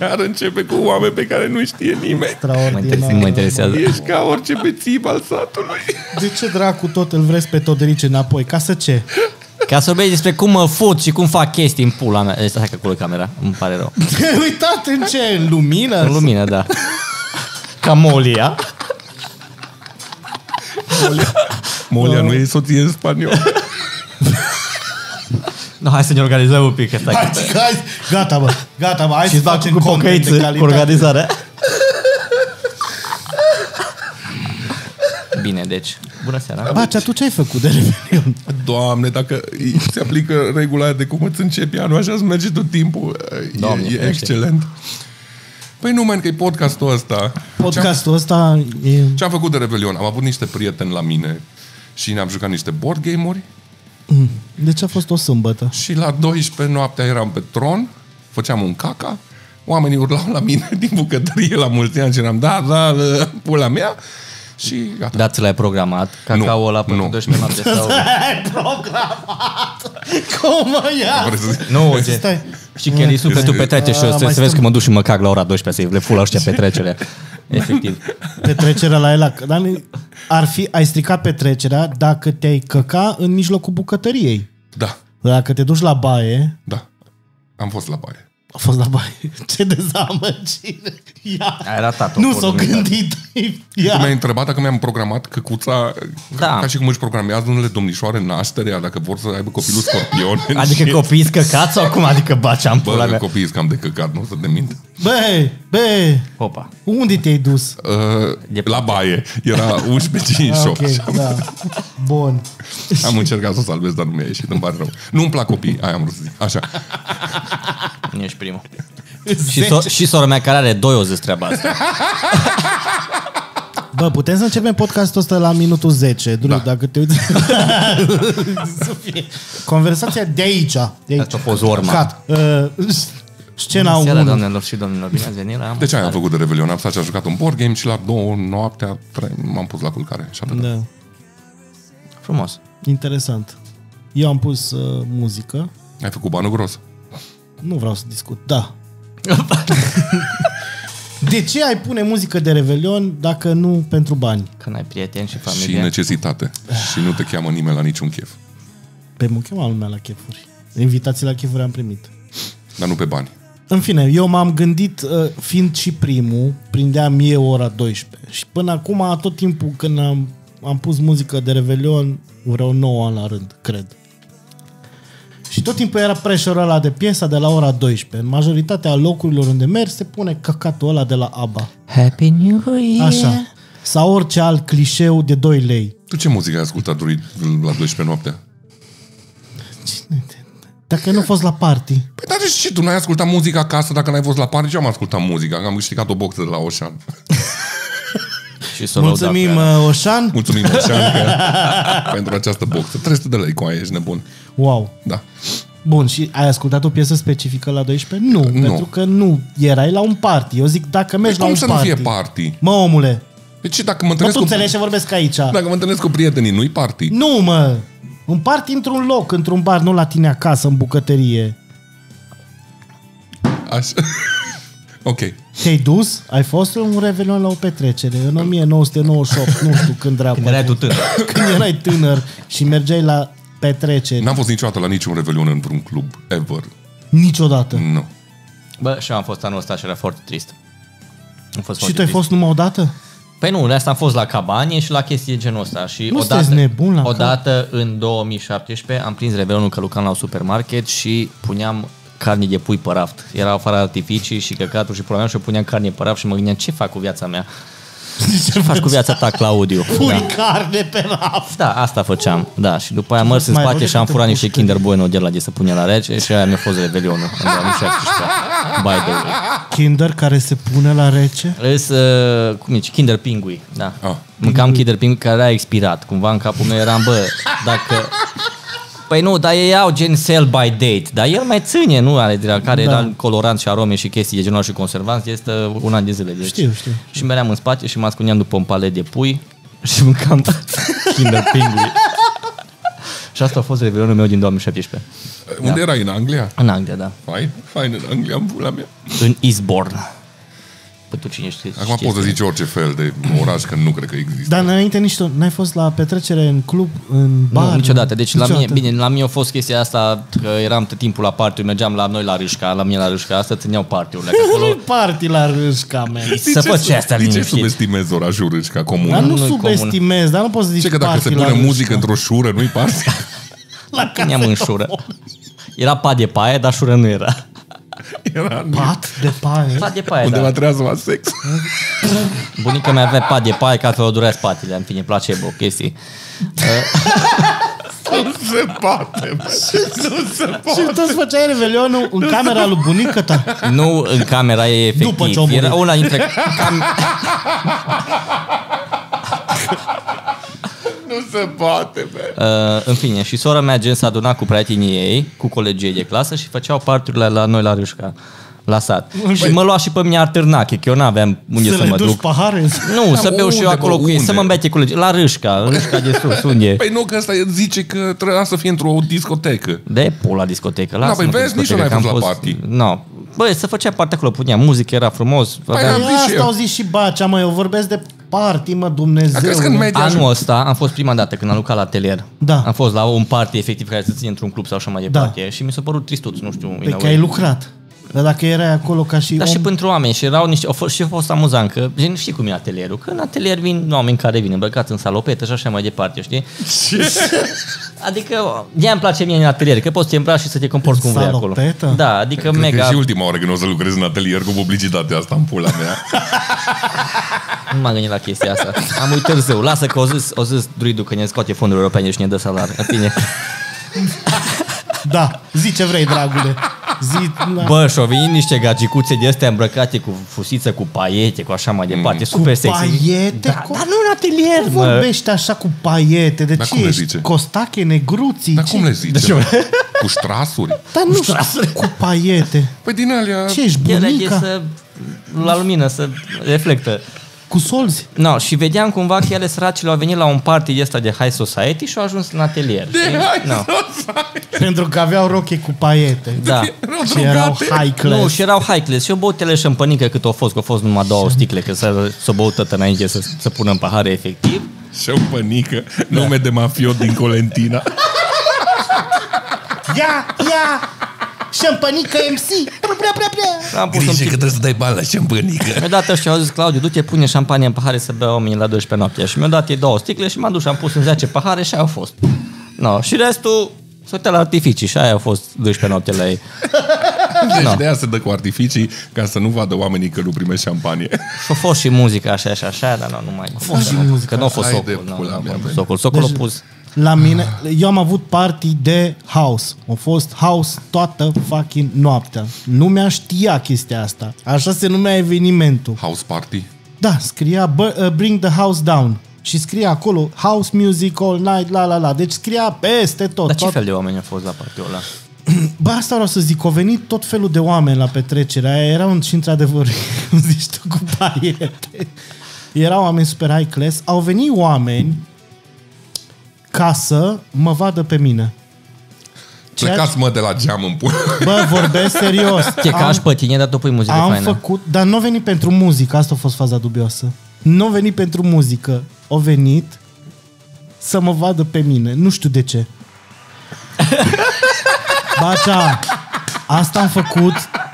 [SPEAKER 1] iar începe cu oameni pe care nu știe nimeni.
[SPEAKER 3] Mă interesează, nu
[SPEAKER 2] Extraordinar.
[SPEAKER 3] mă interesează.
[SPEAKER 1] Ești ca orice bețiv al satului.
[SPEAKER 2] De ce dracu tot îl vreți pe Todorice înapoi? Ca să ce?
[SPEAKER 3] Ca să vezi despre cum mă fut și cum fac chestii în pula mea. Eh, Stai stai că acolo e camera, îmi pare rău.
[SPEAKER 2] Te-ai uitat în ce? În lumină?
[SPEAKER 3] În lumină, da. Ca molia.
[SPEAKER 1] Molia nu e soție în spaniol.
[SPEAKER 3] No, hai să ne organizăm un pic. că Stai.
[SPEAKER 2] Hai, Adică hai, gata, bă, gata, bă, hai să
[SPEAKER 3] Și fac
[SPEAKER 2] facem
[SPEAKER 3] cu
[SPEAKER 2] content de
[SPEAKER 3] pocăiță, cu
[SPEAKER 2] calitate.
[SPEAKER 3] organizarea. Bine, deci, bună seara.
[SPEAKER 2] Bacea, tu ce ai făcut de Revelion?
[SPEAKER 1] Doamne, dacă îi se aplică regula aia de cum îți începi anul, așa îți merge tot timpul. E-
[SPEAKER 3] Doamne,
[SPEAKER 1] e,
[SPEAKER 3] ferește.
[SPEAKER 1] excelent. Păi nu, man, că e podcastul ăsta. Ce-am-
[SPEAKER 2] Podcastul ăsta e...
[SPEAKER 1] Ce-am făcut de Revelion? Am avut niște prieteni la mine și ne-am jucat niște board game-uri
[SPEAKER 2] Deci a fost o sâmbătă.
[SPEAKER 1] și la 12 noaptea eram pe tron, făceam un caca, oamenii urlau la mine din bucătărie la mulți ani și eram, da, da, da, pula mea și gata.
[SPEAKER 3] Da, ți l-ai programat? Cacao ăla pentru
[SPEAKER 1] nu.
[SPEAKER 3] 12 noapte sau...
[SPEAKER 2] Ai programat! Cum mă
[SPEAKER 3] Da.
[SPEAKER 2] ia?
[SPEAKER 1] Vreți să zic?
[SPEAKER 3] Nu, ce...
[SPEAKER 2] Stai.
[SPEAKER 3] Și chiar e sufletul petrece și
[SPEAKER 2] Ah,
[SPEAKER 3] o să,
[SPEAKER 2] mai
[SPEAKER 3] să vezi
[SPEAKER 2] stăm.
[SPEAKER 3] că mă duc și mă cac la ora 12 să le ful la ăștia petrecerea. Efectiv.
[SPEAKER 2] Petrecerea la Elac. Dar ar fi, ai stricat petrecerea dacă te-ai căca în mijlocul bucătăriei.
[SPEAKER 1] Da,
[SPEAKER 2] Dacă te duci la baie,
[SPEAKER 1] da. Am fost la baie.
[SPEAKER 2] a fost la baie. Ce dezamăgire! Ia.
[SPEAKER 3] Ai ratat o
[SPEAKER 2] Nu s-o
[SPEAKER 3] oportunitate.
[SPEAKER 2] gândit!
[SPEAKER 1] Tu
[SPEAKER 2] Ia.
[SPEAKER 1] mi-ai întrebat dacă mi-am programat căcuța, da.
[SPEAKER 3] Da.
[SPEAKER 1] ca și cum își programează unele domnișoare nașterea, dacă vor să aibă copilul scorpion.
[SPEAKER 3] Adică copiii scăcați sau cum? Adică bacea în pula
[SPEAKER 1] Bă,
[SPEAKER 3] mea.
[SPEAKER 1] copiii sunt cam de căcat, nu o să te mint.
[SPEAKER 2] Bă, bă,
[SPEAKER 3] Opa.
[SPEAKER 2] unde te-ai dus?
[SPEAKER 1] Uh,
[SPEAKER 3] E-
[SPEAKER 1] la baie. Era 11.58
[SPEAKER 2] Ah,
[SPEAKER 1] okay. și am,
[SPEAKER 2] da. Bun.
[SPEAKER 1] am încercat să o salvez, dar nu mi-a ieșit, îmi pare rău. Nu-mi plac copii, aia am vrut să zic. Așa.
[SPEAKER 3] Nu ești primul. Și, so- și sora mea care are doi o zis treaba asta.
[SPEAKER 2] Bă, putem să începem podcastul ăsta la minutul 10, Dru, da. dacă te uiți. Să fie. Conversația de aici. De aici.
[SPEAKER 3] Asta a fost urma.
[SPEAKER 2] Cut. Uh, scena
[SPEAKER 3] Bună seara,
[SPEAKER 2] 1.
[SPEAKER 3] doamnelor și domnilor. Bine ați venit la...
[SPEAKER 1] Deci aia am făcut de Revelion. Am stat și am jucat un board game și la două noaptea trei, m-am pus la culcare. Și atât.
[SPEAKER 2] Da.
[SPEAKER 3] Frumos.
[SPEAKER 2] Interesant. Eu am pus uh, muzică.
[SPEAKER 1] Ai făcut banul gros.
[SPEAKER 2] Nu vreau să discut. Da. De ce ai pune muzică de Revelion dacă nu pentru bani?
[SPEAKER 3] Că n-ai prieteni și
[SPEAKER 1] Și
[SPEAKER 3] familie.
[SPEAKER 1] necesitate. Și nu te cheamă nimeni la niciun chef.
[SPEAKER 2] Pe mă chema lumea la chefuri. Invitații la chefuri am primit.
[SPEAKER 1] Dar nu pe bani.
[SPEAKER 2] În fine, eu m-am gândit, uh, fiind și primul, prindeam eu ora 12. Și până acum, tot timpul când am, am pus muzică de Revelion, vreo 9 ani la rând, cred. Și tot timpul era pressure ăla de piesa de la ora 12. În majoritatea locurilor unde mergi se pune căcatul ăla de la ABBA.
[SPEAKER 3] Happy New Year!
[SPEAKER 2] Așa. Sau orice alt clișeu de 2 lei.
[SPEAKER 1] Tu ce muzică ai ascultat Duri, la 12 noaptea?
[SPEAKER 2] Cine te... Dacă nu a fost la party.
[SPEAKER 1] Păi dar și tu n-ai ascultat muzica acasă dacă n-ai fost la party? Ce am ascultat muzica? Că Am câștigat o boxă de la Ocean.
[SPEAKER 3] Și s-o
[SPEAKER 2] Mulțumim,
[SPEAKER 3] lăudat pe
[SPEAKER 2] uh, Oșan.
[SPEAKER 1] Mulțumim, Ocean, că, pentru această boxă. 300 de lei cu aia, ești nebun.
[SPEAKER 2] Wow.
[SPEAKER 1] Da.
[SPEAKER 2] Deci Bun, și ai ascultat o piesă specifică la 12? Nu,
[SPEAKER 1] Nu. Păi
[SPEAKER 2] nu. pentru că nu erai la un party. Eu zic, dacă mergi la
[SPEAKER 1] Deci Cum să
[SPEAKER 2] un
[SPEAKER 1] nu
[SPEAKER 2] party...
[SPEAKER 1] fie party?
[SPEAKER 2] Mă, omule,
[SPEAKER 1] Deci dacă mă
[SPEAKER 2] mă,
[SPEAKER 1] întâlnesc,
[SPEAKER 2] tu
[SPEAKER 1] cu,
[SPEAKER 2] înțelegi ce vorbesc aici. Da.
[SPEAKER 1] dacă mă întâlnesc cu prietenii, nu-i party?
[SPEAKER 2] Nu, mă! Un party într-un loc, într-un bar, nu la tine acasă, în bucătărie.
[SPEAKER 1] Așa. ok.
[SPEAKER 2] Te-ai dus? Ai fost în un revelion la o petrecere în 1998, nu știu când dracu.
[SPEAKER 3] Când erai tu tânăr.
[SPEAKER 2] când erai tânăr și mergeai la petreceri.
[SPEAKER 1] N-am fost niciodată la niciun revelion într-un club. Ever.
[SPEAKER 2] Niciodată.
[SPEAKER 1] Nu.
[SPEAKER 3] Da. Bă, și eu am fost anul ăsta și era foarte trist. Am fost
[SPEAKER 2] Și
[SPEAKER 3] foarte
[SPEAKER 2] tu ai
[SPEAKER 3] trist.
[SPEAKER 2] fost numai o dată?
[SPEAKER 1] Da.
[SPEAKER 3] Păi nu, la asta am fost la cabanie și la chestii genul ăsta. Și
[SPEAKER 2] Nu
[SPEAKER 3] odată,
[SPEAKER 2] sunteți nebun la cap?
[SPEAKER 3] odată în 2017 am prins revelionul că lucram la un supermarket și puneam carne de pui pe raft. Erau fără artificii și căcaturi și problemam și eu puneam carne pe raft și mă gândeam ce fac cu viața mea. Ce faci cu viața ta, Claudiu?
[SPEAKER 2] Pui
[SPEAKER 3] Da.
[SPEAKER 2] carne pe raft!
[SPEAKER 3] da, asta făceam. Da, și după aia am mers în
[SPEAKER 2] Mai
[SPEAKER 3] spate
[SPEAKER 2] vorbit
[SPEAKER 3] și am
[SPEAKER 2] câte
[SPEAKER 3] furat niște
[SPEAKER 2] puști.
[SPEAKER 3] Kinder Bueno de la de să pune la rece și aia mi-a fost revelionul în 2017. By the way.
[SPEAKER 2] Kinder care se pune la rece?
[SPEAKER 3] Îs, uh, cum zici, Kinder Pingui, da.
[SPEAKER 1] Ah.
[SPEAKER 3] Ah. Mâncam Kinder Pingui care a expirat. Cumva în capul meu eram, bă, dacă... Păi nu, dar ei au gen sell by date, dar el mai ține, nu are de la care
[SPEAKER 2] Da.
[SPEAKER 3] da. era colorant și arome și chestii de genul ăla și conservanți, este un an de zile. Deci.
[SPEAKER 2] Știu, știu.
[SPEAKER 3] Și meream în spate și mă ascundeam după un palet de pui și mâncam Kinder Pingui. și asta a fost revelionul meu din 2017.
[SPEAKER 1] Unde erai? În Anglia?
[SPEAKER 3] În Anglia, da.
[SPEAKER 1] Fain. Fain în Anglia, în pula mea.
[SPEAKER 3] În Eastbourne. Că Păi tu cine știi?
[SPEAKER 1] Acum
[SPEAKER 3] știi
[SPEAKER 1] poți să zici orice fel de oraș, că nu cred că există.
[SPEAKER 2] Dar înainte nici tu n-ai fost la petrecere în club, în bar?
[SPEAKER 3] nu, niciodată. Deci la mine,
[SPEAKER 2] niciodată?
[SPEAKER 3] bine, la mine a fost chestia asta că eram tot timpul la party, mergeam la noi la Râșca, la mine la Râșca, asta țineau partiurile că acolo.
[SPEAKER 2] Nu-i party la râșca, man.
[SPEAKER 1] De
[SPEAKER 3] Da, Să
[SPEAKER 1] ce
[SPEAKER 3] faci
[SPEAKER 1] sub-
[SPEAKER 3] asta
[SPEAKER 1] De ce
[SPEAKER 3] liniștit.
[SPEAKER 1] subestimezi orașul Râșca
[SPEAKER 2] Dar
[SPEAKER 1] comună?
[SPEAKER 2] nu
[SPEAKER 3] Nu-i comun.
[SPEAKER 2] subestimez, dar nu poți să zici
[SPEAKER 1] Ce că dacă
[SPEAKER 2] party
[SPEAKER 1] se
[SPEAKER 2] la
[SPEAKER 1] pune
[SPEAKER 2] Râșca.
[SPEAKER 3] da.
[SPEAKER 1] muzică într-o șură, nu-i parte?
[SPEAKER 2] la
[SPEAKER 3] Când am în șură. Era pat de paie, dar șură nu era.
[SPEAKER 1] Era în-
[SPEAKER 2] Pat de paie.
[SPEAKER 3] Pat de paie,
[SPEAKER 1] undeva
[SPEAKER 3] da.
[SPEAKER 1] trează la sex.
[SPEAKER 3] Bunica mea avea pat de paie ca altfel o durea spatele. În fine, placebo, chestii.
[SPEAKER 1] Nu se poate, mă. Nu se
[SPEAKER 2] Și
[SPEAKER 1] poate.
[SPEAKER 2] tu îți făceai revelionul în camera lui bunica ta.
[SPEAKER 3] Nu în camera ei efectiv.
[SPEAKER 2] După ce a murit.
[SPEAKER 3] Era una dintre... Cam...
[SPEAKER 1] Nu se poate, bă.
[SPEAKER 3] Uh, în fine, și sora mea gen s-a adunat cu prietenii ei, cu colegii ei de clasă și făceau parturile la noi la Râșca, la sat. și mă lua și pe mine Artârnache, că eu n-aveam unde să,
[SPEAKER 2] Să
[SPEAKER 3] mă
[SPEAKER 2] le duci
[SPEAKER 3] duc.
[SPEAKER 2] pahare. Păi
[SPEAKER 3] Nu, să beau și eu
[SPEAKER 1] unde,
[SPEAKER 3] acolo
[SPEAKER 1] bă,
[SPEAKER 3] cu ei, să
[SPEAKER 1] unde?
[SPEAKER 3] mă îmbete cu La Râșca, Râșca de sus, unde e?
[SPEAKER 1] Păi nu, că ăsta zice că trebuia să fie într-o discotecă.
[SPEAKER 3] De pula la discotecă. Lasă
[SPEAKER 1] păi vezi, nici nu ai fost la party.
[SPEAKER 3] Nu. Băi, să făcea parte acolo, punea muzică, era frumos. aveam-
[SPEAKER 1] am zis și
[SPEAKER 2] Asta
[SPEAKER 1] eu.
[SPEAKER 2] au zis și Bacea, mă, eu vorbesc de party, mă, Dumnezeu.
[SPEAKER 1] Dar crezi că în
[SPEAKER 2] mă.
[SPEAKER 1] media...
[SPEAKER 3] Anul ăsta am fost prima dată când am lucrat la atelier.
[SPEAKER 2] Da.
[SPEAKER 3] Am fost la un party efectiv care se ține într-un club sau așa
[SPEAKER 1] Da.
[SPEAKER 3] mai departe și mi s-a părut tristuț, nu știu.
[SPEAKER 1] Păi
[SPEAKER 3] in a
[SPEAKER 2] Pe Păi că
[SPEAKER 3] way.
[SPEAKER 2] ai lucrat. Dar dacă erai acolo ca și
[SPEAKER 3] Dar
[SPEAKER 2] om...
[SPEAKER 3] și pentru oameni, și erau niște, au fost, și a fost amuzant, că gen, știi cum e atelierul, că în atelier vin oameni care vin îmbrăcați în salopetă și așa mai departe, știi? Adică, de îmi place mie în atelier, că poți să te îmbraci și să te comporți cum vrei acolo.
[SPEAKER 2] Salopetă?
[SPEAKER 3] Da, adică
[SPEAKER 1] Cred că e
[SPEAKER 3] mega,
[SPEAKER 1] și ultima oară când o să lucrez în atelier cu publicitatea asta în pula mea.
[SPEAKER 3] nu m-am gândit la chestia asta. Am uitat zău, lasă că o zis, o zis druidul că ne scoate fonduri europene și ne dă salar. În fine.
[SPEAKER 2] Da, zi ce vrei, dragule. Zi... Da.
[SPEAKER 3] Bă, și-au venit niște gagicuțe de astea îmbrăcate cu fusiță, cu paiete, cu așa mai departe,
[SPEAKER 1] Mm.
[SPEAKER 3] super sexy.
[SPEAKER 2] paiete?
[SPEAKER 3] Da,
[SPEAKER 2] Cu-
[SPEAKER 3] dar nu în atelier,
[SPEAKER 2] Nu
[SPEAKER 3] mă.
[SPEAKER 2] vorbești așa cu paiete, de
[SPEAKER 1] Dar
[SPEAKER 2] ce
[SPEAKER 1] cum le
[SPEAKER 2] ești?
[SPEAKER 1] zice?
[SPEAKER 2] Costache, negruții?
[SPEAKER 1] Dar
[SPEAKER 2] ce-
[SPEAKER 1] cum
[SPEAKER 3] Deci
[SPEAKER 1] le zice? mă? Cu ștrasuri?
[SPEAKER 2] Dar nu știu, cu paiete.
[SPEAKER 1] Păi din alea...
[SPEAKER 2] Ce ești,
[SPEAKER 3] Ele e
[SPEAKER 2] bunica?
[SPEAKER 3] să, la lumină, să reflectă.
[SPEAKER 2] Cu solzi?
[SPEAKER 3] No, și vedeam cumva că ele săracile au venit la un party de ăsta de high society și au ajuns în atelier. știi? no.
[SPEAKER 2] Pentru că aveau roche cu paiete.
[SPEAKER 3] Da.
[SPEAKER 2] Și erau high
[SPEAKER 3] Nu,
[SPEAKER 2] class.
[SPEAKER 3] și erau high class și eu băutele șampănică cât au fost, că au fost numai două sticle, că s-a, s-a băut tot înainte să, să pună în pahare efectiv.
[SPEAKER 1] Șampănică, nume de mafiot din Colentina.
[SPEAKER 2] Ia, ia! Șampănică MC! Prea, prea, prea, prea!
[SPEAKER 3] Am pus un pic.
[SPEAKER 1] trebuie să dai bani la șampănică.
[SPEAKER 3] Mi-a dat ăștia, au zis, Claudiu, du-te, pune șampanie în pahare să bea oamenii la 12 noaptea. Și mi-a dat ei două sticle și m-am dus și am pus în 10 pahare și aia au fost. No, și restul s-a uitat la artificii și aia au fost 12 noapte la ei.
[SPEAKER 1] Deci
[SPEAKER 3] Da.
[SPEAKER 1] de aia se dă cu artificii ca să nu vadă oamenii că nu primește șampanie.
[SPEAKER 3] Și a fost și muzică așa și așa, dar nu, nu mai... A
[SPEAKER 2] fost și muzică.
[SPEAKER 3] Că nu a fost
[SPEAKER 1] Hai de
[SPEAKER 3] socul. Nu,
[SPEAKER 1] pula
[SPEAKER 3] nu a
[SPEAKER 1] mea, băi.
[SPEAKER 3] fost
[SPEAKER 1] Deci,
[SPEAKER 3] socul. Socul a pus...
[SPEAKER 2] La mine, eu am avut party de house. A fost house toată fucking noaptea. Nu mi-a știa chestia asta. Așa se numea evenimentul.
[SPEAKER 1] House party?
[SPEAKER 2] Da, scria "Bu- uh, Bring the House Down. Și scria acolo house music all night, la la la. Deci scria peste tot.
[SPEAKER 3] Dar ce
[SPEAKER 2] tot...
[SPEAKER 3] fel de oameni a fost la partiul ăla?
[SPEAKER 1] Păi,
[SPEAKER 2] Bă, asta vreau să zic, au venit tot felul de oameni la petrecerea aia, erau un- și într-adevăr, cum zici tu, cu paiete. Erau oameni super high class, au venit oameni ca să mă vadă pe mine.
[SPEAKER 1] Ce? Plecați mă de la geam în pula.
[SPEAKER 2] Bă, vorbesc serios.
[SPEAKER 3] Te ca aș pe tine, dar tu pui muzică
[SPEAKER 2] am
[SPEAKER 3] faină.
[SPEAKER 2] făcut, dar nu au venit pentru muzică, asta a fost faza dubioasă. Nu au venit pentru muzică, au venit să mă vadă pe mine. Nu știu de ce. Bacea, asta am făcut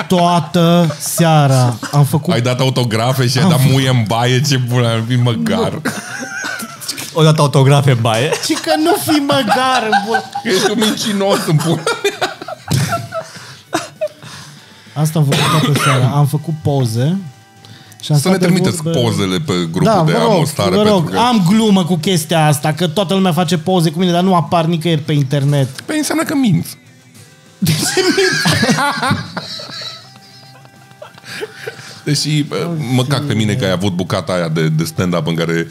[SPEAKER 2] toată seara. Am făcut
[SPEAKER 1] Ai dat autografe și ai dat muie în baie, ce pula ar fi măgar.
[SPEAKER 3] O dat autografe în baie.
[SPEAKER 2] Și că nu fi măgar în bun.
[SPEAKER 1] Ești un mincinos în pula.
[SPEAKER 2] Asta am făcut toată seara. Am făcut poze. Și am
[SPEAKER 1] Să ne
[SPEAKER 2] stat de
[SPEAKER 1] trimiteți
[SPEAKER 2] vorbă.
[SPEAKER 1] pozele pe grupul
[SPEAKER 2] Da,
[SPEAKER 1] de
[SPEAKER 2] vă rog,
[SPEAKER 1] amostare.
[SPEAKER 2] vă rog,
[SPEAKER 1] pentru că...
[SPEAKER 2] am glumă cu chestia asta, că toată lumea face poze cu mine, dar nu apar nicăieri pe internet.
[SPEAKER 1] Păi înseamnă că minți.
[SPEAKER 2] De ce mi-
[SPEAKER 1] Deși Deci, bă, mă cac pe mine că ai avut bucata aia de, de stand-up în care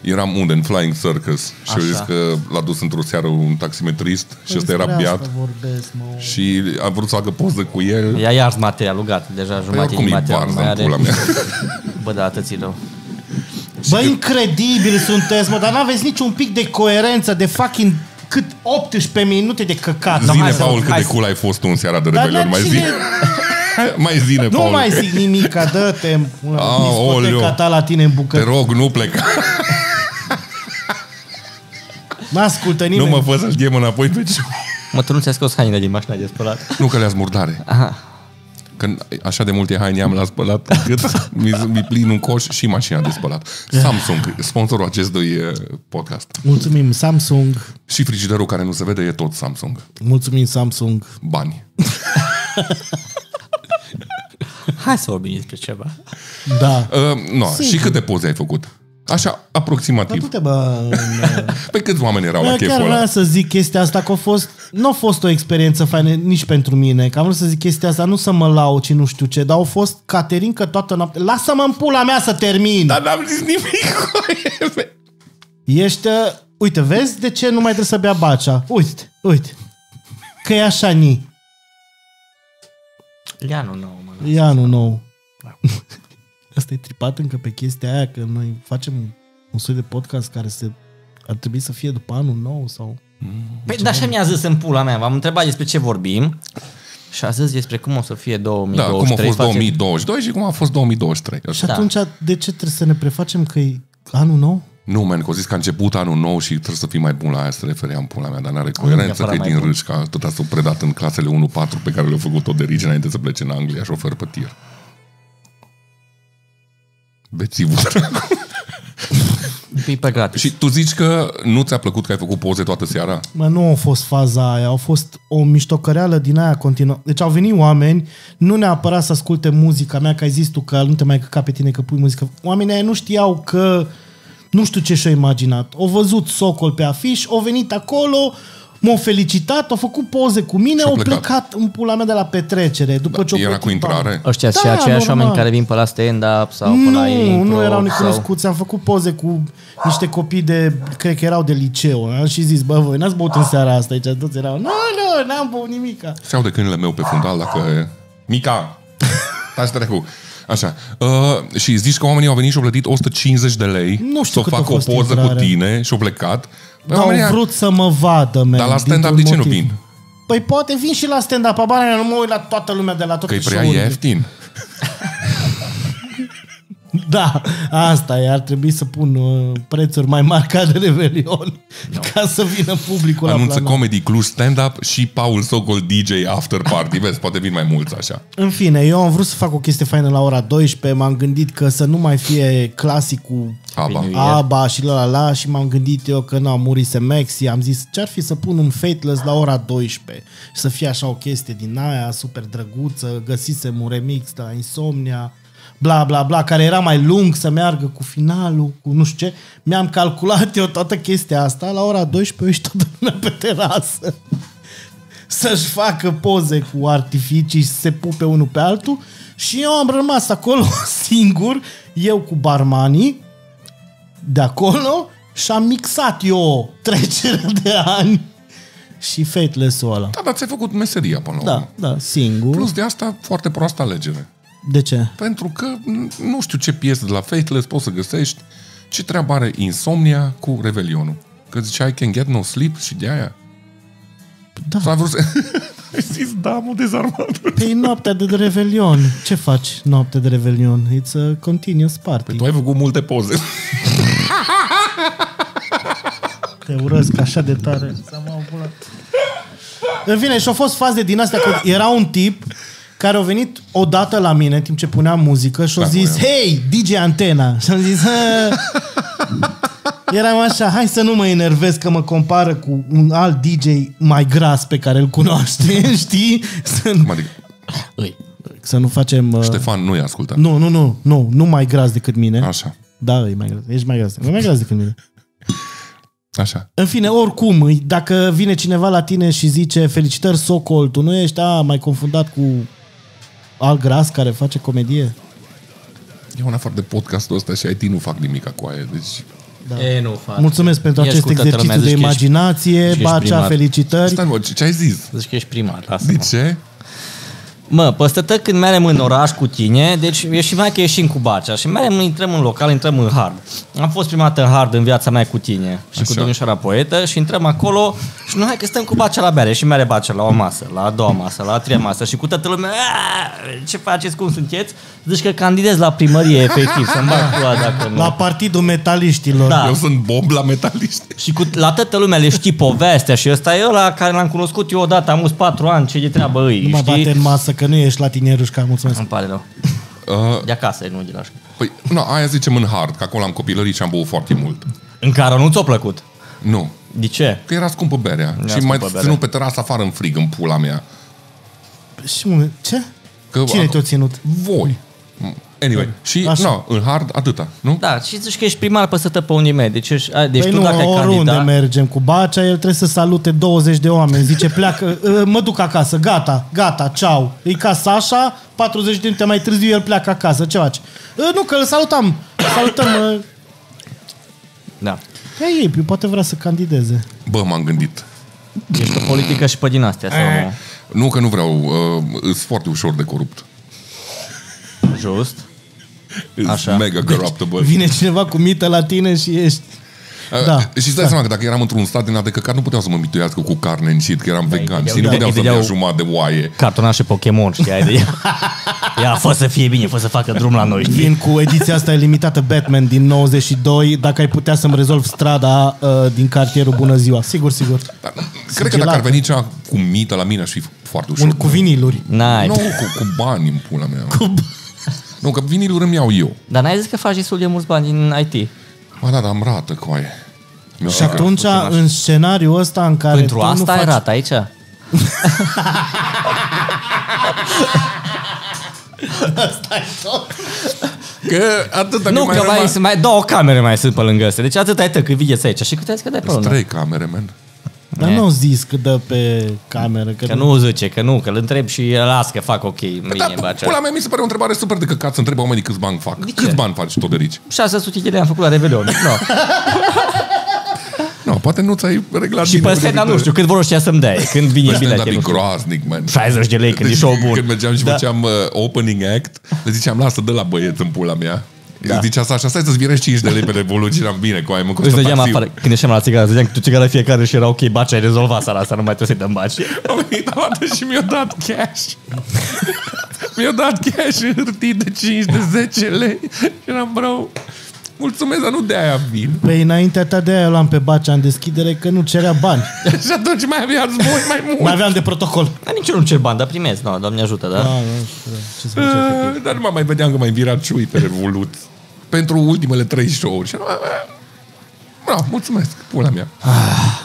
[SPEAKER 1] eram unde? În Flying Circus. Și au zis că l-a dus într-o seară un taximetrist și ăsta era
[SPEAKER 2] Păi Despre asta
[SPEAKER 1] beat.
[SPEAKER 2] vorbesc, mă.
[SPEAKER 1] Și am vrut să facă poză cu el.
[SPEAKER 3] Ia iar materialul, gata, deja
[SPEAKER 1] Păi
[SPEAKER 3] jumătate
[SPEAKER 1] oricum
[SPEAKER 3] din
[SPEAKER 1] e
[SPEAKER 3] material
[SPEAKER 1] varză
[SPEAKER 3] mai
[SPEAKER 1] în
[SPEAKER 3] are.
[SPEAKER 1] pula mea.
[SPEAKER 3] Bă, da, atâții rău.
[SPEAKER 2] Bă, incredibil sunteți, mă, dar n-aveți niciun pic de coerență de fucking cât 18 minute de căcat.
[SPEAKER 1] Zine,
[SPEAKER 3] hai să-
[SPEAKER 1] Paul, cât
[SPEAKER 3] hai
[SPEAKER 1] de
[SPEAKER 3] să-
[SPEAKER 1] cool ai fost tu în seara de
[SPEAKER 2] Dar
[SPEAKER 1] rebelion,
[SPEAKER 2] la
[SPEAKER 1] mai zi.
[SPEAKER 2] cine...
[SPEAKER 1] Mai zine,
[SPEAKER 2] Nu
[SPEAKER 1] Paul.
[SPEAKER 2] mai zic nimic, că dă-te în pula,
[SPEAKER 1] Aoleu.
[SPEAKER 2] discoteca ta la tine în
[SPEAKER 1] Te
[SPEAKER 2] bucătă.
[SPEAKER 1] rog, nu pleca.
[SPEAKER 2] Nu ascultă nimeni.
[SPEAKER 1] Nu mă fă să-l chem înapoi pe ce...
[SPEAKER 3] Mă, tu nu ți-ai scos hainele din mașina de spălat.
[SPEAKER 1] Nu că le-ați murdare.
[SPEAKER 3] Aha.
[SPEAKER 1] Când așa de multe haine am la spălat, încât mi, mi plin un coș și mașina de spălat. Samsung, sponsorul acestui eh, podcast.
[SPEAKER 2] Mulțumim Samsung,
[SPEAKER 1] Și frigiderul care nu se vede e tot Samsung.
[SPEAKER 2] mulțumim Samsung.
[SPEAKER 1] Bani.
[SPEAKER 3] Hai să vorbim despre ceva.
[SPEAKER 2] Da.
[SPEAKER 1] Uh, no, și câte poze ai făcut? Așa, aproximativ.
[SPEAKER 2] Du-te, bă, în, uh,
[SPEAKER 1] Pe câți oameni erau la
[SPEAKER 2] Eu chiar
[SPEAKER 1] cheful
[SPEAKER 2] vreau
[SPEAKER 1] ăla?
[SPEAKER 2] să zic chestia asta că a fost, nu a fost o experiență faină nici pentru mine, că am vrut să zic chestia asta, nu să mă lau și nu știu ce, dar au fost Caterin că toată noaptea, lasă-mă în pula mea să termin!
[SPEAKER 1] Dar n-am zis nimic.
[SPEAKER 2] Ești, uh, uite, vezi de ce nu mai trebuie să bea bacea? Uite, uite, că e așa ni,
[SPEAKER 3] Ia nu nou, mă.
[SPEAKER 2] e anul nou. Asta e tripat încă pe chestia aia, că noi facem un soi de podcast care se ar trebui să fie după anul nou sau...
[SPEAKER 3] Păi, dar așa mi-a zis în pula mea. V-am întrebat despre ce vorbim. Și a zis despre cum o să fie
[SPEAKER 1] Da,
[SPEAKER 3] 2023.
[SPEAKER 1] cum a fost
[SPEAKER 3] față-
[SPEAKER 1] 2022 și cum a fost 2023.
[SPEAKER 2] Și
[SPEAKER 1] Așa.
[SPEAKER 3] Da.
[SPEAKER 2] atunci, de ce trebuie să ne prefacem că e anul nou?
[SPEAKER 1] Nu, man, că au zis că a început anul nou și trebuie să fii mai bun la aia, se referea în pula mea, dar n-are coerență
[SPEAKER 3] neapărat
[SPEAKER 1] că e
[SPEAKER 3] mai
[SPEAKER 1] din
[SPEAKER 3] bun.
[SPEAKER 1] râșca, tot a s-o predat în clasele 1-4 pe care le-au făcut tot de rigi înainte să plece în Anglia, șofer pe tir. Bețivul.
[SPEAKER 3] E Păi, pe gratis.
[SPEAKER 1] și tu zici că nu ți-a plăcut că ai făcut poze toată seara?
[SPEAKER 2] Mă, nu a fost faza aia, au fost o miștocăreală din aia continuă. Deci au venit oameni, nu neapărat să asculte muzica mea, că ai zis tu că nu te mai căca pe tine că pui muzică. Oamenii aia nu știau că nu știu ce și-au imaginat. Au văzut Socol pe afiș, au venit acolo, m-au felicitat, au făcut poze cu mine,
[SPEAKER 1] Și-au
[SPEAKER 2] au
[SPEAKER 1] plecat. Da,
[SPEAKER 2] plecat. în pula mea de la petrecere. După ce au
[SPEAKER 1] Era
[SPEAKER 2] plătit
[SPEAKER 1] cu intrare?
[SPEAKER 2] banii.
[SPEAKER 3] Ăștia da, și
[SPEAKER 2] Da,
[SPEAKER 3] aceiași
[SPEAKER 2] normal.
[SPEAKER 3] oameni care vin pe la stand-up sau pe la
[SPEAKER 2] Nu,
[SPEAKER 3] impro,
[SPEAKER 2] nu erau
[SPEAKER 3] sau...
[SPEAKER 2] necunoscuți, am făcut poze cu niște copii de, cred că erau de liceu, am și zis, bă, voi n-ați băut în seara asta aici, toți erau, nu, nu, n-am băut nimica.
[SPEAKER 1] Sau de câinele meu pe fundal dacă... Mica! Taci dracu! Așa. Uh, și zici că oamenii au venit și au plătit 150 de lei
[SPEAKER 2] Nu știu
[SPEAKER 1] să
[SPEAKER 2] cât a
[SPEAKER 1] facă o
[SPEAKER 2] fost
[SPEAKER 1] poză cu
[SPEAKER 2] intrarea.
[SPEAKER 1] tine și au plecat.
[SPEAKER 2] Dar
[SPEAKER 1] oamenii
[SPEAKER 2] au vrut să mă vadă, man,
[SPEAKER 1] Dar la stand-up de
[SPEAKER 2] dintr-un
[SPEAKER 1] ce nu
[SPEAKER 2] motiv.
[SPEAKER 1] vin?
[SPEAKER 2] Păi poate vin și la stand-up, abar, mea, nu mă uit la toată lumea de la
[SPEAKER 1] Că
[SPEAKER 2] toate
[SPEAKER 1] e prea
[SPEAKER 2] show-urile.
[SPEAKER 1] ieftin.
[SPEAKER 2] Da, asta e, ar trebui să pun uh, prețuri mai mari ca de Revelion, no. ca să vină publicul
[SPEAKER 1] Anunță
[SPEAKER 2] la plan.
[SPEAKER 1] Comedy Cluj stand-up și Paul Socol DJ after party. Vezi, poate vin mai mulți așa.
[SPEAKER 2] În fine, eu am vrut să fac o chestie faină la ora 12, m-am gândit că să nu mai fie clasicul
[SPEAKER 1] Aba.
[SPEAKER 3] Bine. Ieri.
[SPEAKER 2] Aba și la la la și m-am gândit eu că n-au murit Maxi, am zis ce-ar fi să pun un Fateless la ora 12 și să fie așa o chestie din aia super drăguță, găsisem un remix de la Insomnia, bla bla bla, care era mai lung să meargă cu finalul, cu nu știu ce. Mi-am calculat eu toată chestia asta, la ora 12 ești toată lumea pe terasă să-și facă poze cu artificii și să se pupe unul pe altul și eu am rămas acolo singur, eu cu barmanii, de acolo și am mixat eu trecerea de ani și fateless-ul ăla.
[SPEAKER 1] Da, dar ți-ai făcut meseria până la urmă.
[SPEAKER 2] Da, da, singur.
[SPEAKER 1] Plus de asta, foarte proastă alegere.
[SPEAKER 2] De ce?
[SPEAKER 1] Pentru că n- nu știu ce piesă de la Faithless poți să găsești. Ce treabă are insomnia cu Revelionul? Că zicea I can get no sleep și de aia.
[SPEAKER 2] Da.
[SPEAKER 1] S-a vrut să... Ai zis, da, mă dezarmat.
[SPEAKER 2] Pe e Păi noaptea de Revelion. Ce faci noaptea de Revelion? It's a continuous party.
[SPEAKER 1] Tu ai făcut multe poze.
[SPEAKER 2] Te urăsc așa de tare. Să mă apulat. În fine, și-au fost faze din astea că era un tip care a venit odată la mine în timp ce puneam muzică și a
[SPEAKER 1] Da,
[SPEAKER 2] zis,
[SPEAKER 1] mă,
[SPEAKER 2] hei, DJ Antena! Și am zis, "Hă." Eram așa, hai să nu mă enervez că mă compară cu un alt DJ mai gras pe care îl cunoaște, știi? Să,
[SPEAKER 1] Cum adică,
[SPEAKER 3] Îi.
[SPEAKER 2] să nu facem... uh,
[SPEAKER 1] Ștefan nu-i ascultat.
[SPEAKER 2] Nu, nu, nu, nu, nu mai gras decât mine.
[SPEAKER 1] Așa,
[SPEAKER 2] Da, e mai gras, ești mai gras, e mai gras decât mine.
[SPEAKER 1] așa.
[SPEAKER 2] În fine, oricum, îi- dacă vine cineva la tine și zice felicitări Socol, tu nu ești a, mai confundat cu alt gras care face comedie?
[SPEAKER 1] Eu, în afară de podcastul ăsta și IT, nu fac nimic cu aia, deci...
[SPEAKER 2] Da.
[SPEAKER 3] E, nu fac.
[SPEAKER 2] Mulțumesc pentru
[SPEAKER 3] Ia
[SPEAKER 2] acest
[SPEAKER 3] ascultă-te, lumea,
[SPEAKER 2] exercițiu de
[SPEAKER 3] zici că ești-
[SPEAKER 2] imaginație,
[SPEAKER 3] ești
[SPEAKER 2] Bacea,
[SPEAKER 3] primar.
[SPEAKER 2] felicitări.
[SPEAKER 1] Stai, mă, ce ce ai zis?
[SPEAKER 3] Zici că ești primar,
[SPEAKER 1] De
[SPEAKER 3] lasă-mă.
[SPEAKER 1] ce?
[SPEAKER 3] Mă, păstătă când mergem în oraș cu tine, deci e și mai că ieșim cu barcea și mergem, intrăm în local, intrăm în hard. Am fost prima dată în hard în viața mea cu tine și Așa.
[SPEAKER 1] Așa.
[SPEAKER 3] cu domnișoara poetă și intrăm acolo și noi hai că stăm cu barcea la bere și mere barcea la o masă, la a doua masă, la a treia masă și cu toată lumea, "Aaa, ce faceți, cum sunteți? Zici că candidez la primărie, efectiv, să-mi bag cu dacă nu.
[SPEAKER 2] La partidul metaliștilor.
[SPEAKER 3] Da.
[SPEAKER 1] Eu sunt bob la metaliști.
[SPEAKER 3] Și cu, la toată lumea le știi povestea și ăsta e ăla care l-am cunoscut eu odată, am 4 ani, ce de treabă îi,
[SPEAKER 2] Nu mă
[SPEAKER 3] știi?
[SPEAKER 2] bate în masă, că nu ești la tinerușca, mulțumesc.
[SPEAKER 3] Îmi pare rău.
[SPEAKER 1] Uh,
[SPEAKER 3] De acasă, nu de la școală.
[SPEAKER 1] păi, no, aia zicem în hard, că acolo am copilărit și am băut foarte mult.
[SPEAKER 3] În care nu ți-a plăcut.
[SPEAKER 1] Nu,
[SPEAKER 3] De ce?
[SPEAKER 1] că era scumpă berea. și
[SPEAKER 3] scumpă
[SPEAKER 1] mai
[SPEAKER 3] berea.
[SPEAKER 1] ținut pe terasă afară în frig, în pula mea.
[SPEAKER 2] Și mă, ce?
[SPEAKER 1] Că,
[SPEAKER 2] Cine te-a ținut?
[SPEAKER 1] Voi. Anyway, și
[SPEAKER 2] Așa.
[SPEAKER 1] no, în hard atâta, nu?
[SPEAKER 3] Da, și zici că ești primar pe sătă pe Unimed. Deci, ești, a, deci
[SPEAKER 2] Păi
[SPEAKER 3] tu
[SPEAKER 2] nu,
[SPEAKER 3] dacă ai
[SPEAKER 2] oriunde
[SPEAKER 3] candidat...
[SPEAKER 2] mergem cu Bacea, el trebuie să salute 20 de oameni. Zice, pleacă, "Ă, mă duc acasă, gata, gata, ceau. E ca Sasha, 40 de minute mai târziu el pleacă acasă, ce faci? "Ă, Nu, că îl salutăm, salutăm. ă,
[SPEAKER 3] Da.
[SPEAKER 2] Ia ei, poate vrea să candideze.
[SPEAKER 1] Bă, m-am gândit.
[SPEAKER 3] Ești pe politică și pe din astea sau
[SPEAKER 2] Eh.
[SPEAKER 3] nu?
[SPEAKER 1] Nu că nu vreau, uh, sunt foarte ușor de corupt.
[SPEAKER 3] Just. Așa. Deci,
[SPEAKER 1] Așa. mega corruptible.
[SPEAKER 2] Vine cineva cu mită la tine și ești... Da.
[SPEAKER 1] Da, și stai da. seama că dacă eram într-un stat din de căcat, nu puteau să mă mituiască cu carne în șit, că eram vegan
[SPEAKER 3] vedeau-
[SPEAKER 1] și nu
[SPEAKER 3] da,
[SPEAKER 1] puteau
[SPEAKER 3] îi
[SPEAKER 1] să-mi ia
[SPEAKER 3] vedeau-
[SPEAKER 1] jumătate de oaie.
[SPEAKER 3] Cartonașe Pokémon, știi, ai de ea. Ea a fost să fie bine, a fost să facă drum la noi, știi?
[SPEAKER 2] Vin cu ediția asta limitată Batman din 92, dacă ai putea să-mi rezolv strada uh, din cartierul Bună Ziua. Sigur, sigur.
[SPEAKER 1] Dar, cred că dacă ar veni cea cu mită la mine, aș fi foarte ușor.
[SPEAKER 2] Un cu viniluri.
[SPEAKER 3] Da,
[SPEAKER 1] Nu,
[SPEAKER 3] N-ai.
[SPEAKER 1] cu, cu bani în pula mea. Cu nu, că viniluri îmi iau eu.
[SPEAKER 3] Dar n-ai zis că faci destul de mulți bani din
[SPEAKER 2] Păi,
[SPEAKER 3] IT.
[SPEAKER 1] Ba da, dar am rată cu aia. Mi-o
[SPEAKER 2] Și
[SPEAKER 1] frică.
[SPEAKER 2] atunci, în scenariul ăsta în care
[SPEAKER 3] Pentru
[SPEAKER 2] tu nu
[SPEAKER 3] asta ai
[SPEAKER 2] faci...
[SPEAKER 3] rata aici?
[SPEAKER 1] Că atâta
[SPEAKER 3] Nu,
[SPEAKER 1] mai
[SPEAKER 3] că mai,
[SPEAKER 1] rămas-
[SPEAKER 3] sunt mai două camere mai sunt pe lângă astea. Deci atât ai tă, că vedeți aici. Și cât ai zis că dai pe
[SPEAKER 1] Sunt
[SPEAKER 3] luna?
[SPEAKER 1] trei camere, man.
[SPEAKER 2] Dar nu zis că dă pe cameră. Că,
[SPEAKER 3] Că nu zice, că nu, că îl întreb și las că fac ok, bine,
[SPEAKER 1] Da,
[SPEAKER 3] bacea.
[SPEAKER 1] pula mea mi se pare o întrebare super de căcat să întreb oamenii câți bani fac.
[SPEAKER 3] De ce?
[SPEAKER 1] Câți bani faci, Todorici?
[SPEAKER 3] 600 de lei am făcut la Revelion.
[SPEAKER 1] Nu,
[SPEAKER 3] No.
[SPEAKER 1] no, poate nu ți-ai reglat
[SPEAKER 3] și pe
[SPEAKER 1] inimile
[SPEAKER 3] stand
[SPEAKER 1] de-
[SPEAKER 3] nu știu cât vor ăștia să-mi dai. Când vine
[SPEAKER 1] Pe stand-up
[SPEAKER 3] biletul.
[SPEAKER 1] e
[SPEAKER 3] nu știu.
[SPEAKER 1] groaznic, man.
[SPEAKER 3] 60 de lei când e
[SPEAKER 1] Deci,
[SPEAKER 3] show bun.
[SPEAKER 1] Când mergeam și
[SPEAKER 3] Da.
[SPEAKER 1] făceam uh, opening act, le ziceam, lasă, dă la băieți în pula mea. Da. Zicea asta așa, stai să-ți virești 5 de lei pe revoluție, eram bine cu aia, mă
[SPEAKER 3] Îți
[SPEAKER 1] costă
[SPEAKER 3] dădeam
[SPEAKER 1] taxiul.
[SPEAKER 3] afară. Când ieșeam la țigară, îți dădeam câte o țigară fiecare și era ok, baci, ai rezolvat seara asta, nu mai trebuie să-i dăm baci.
[SPEAKER 1] Am venit odată și mi-a dat cash. mi-a dat cash în hârtii de 5, de 10 lei. Și eram, bro, mulțumesc, dar nu de aia vin.
[SPEAKER 2] Pe înaintea ta de aia eu l-am pe Bacea în deschidere că nu cerea bani.
[SPEAKER 1] și atunci mai aveați voi mai mult.
[SPEAKER 2] Mai aveam de protocol.
[SPEAKER 1] Ah,
[SPEAKER 3] Dar nici eu nu cer bani, dar primesc, no, doamne ajută, da?
[SPEAKER 2] Da, da, da, ce să facem?
[SPEAKER 1] Ah, Dar nu mă mai vedeam că mai vira ciui pe Revolut. Pentru ultimele trei show-uri. Și eram, ah, Bravo, mulțumesc, pula mea. Ah.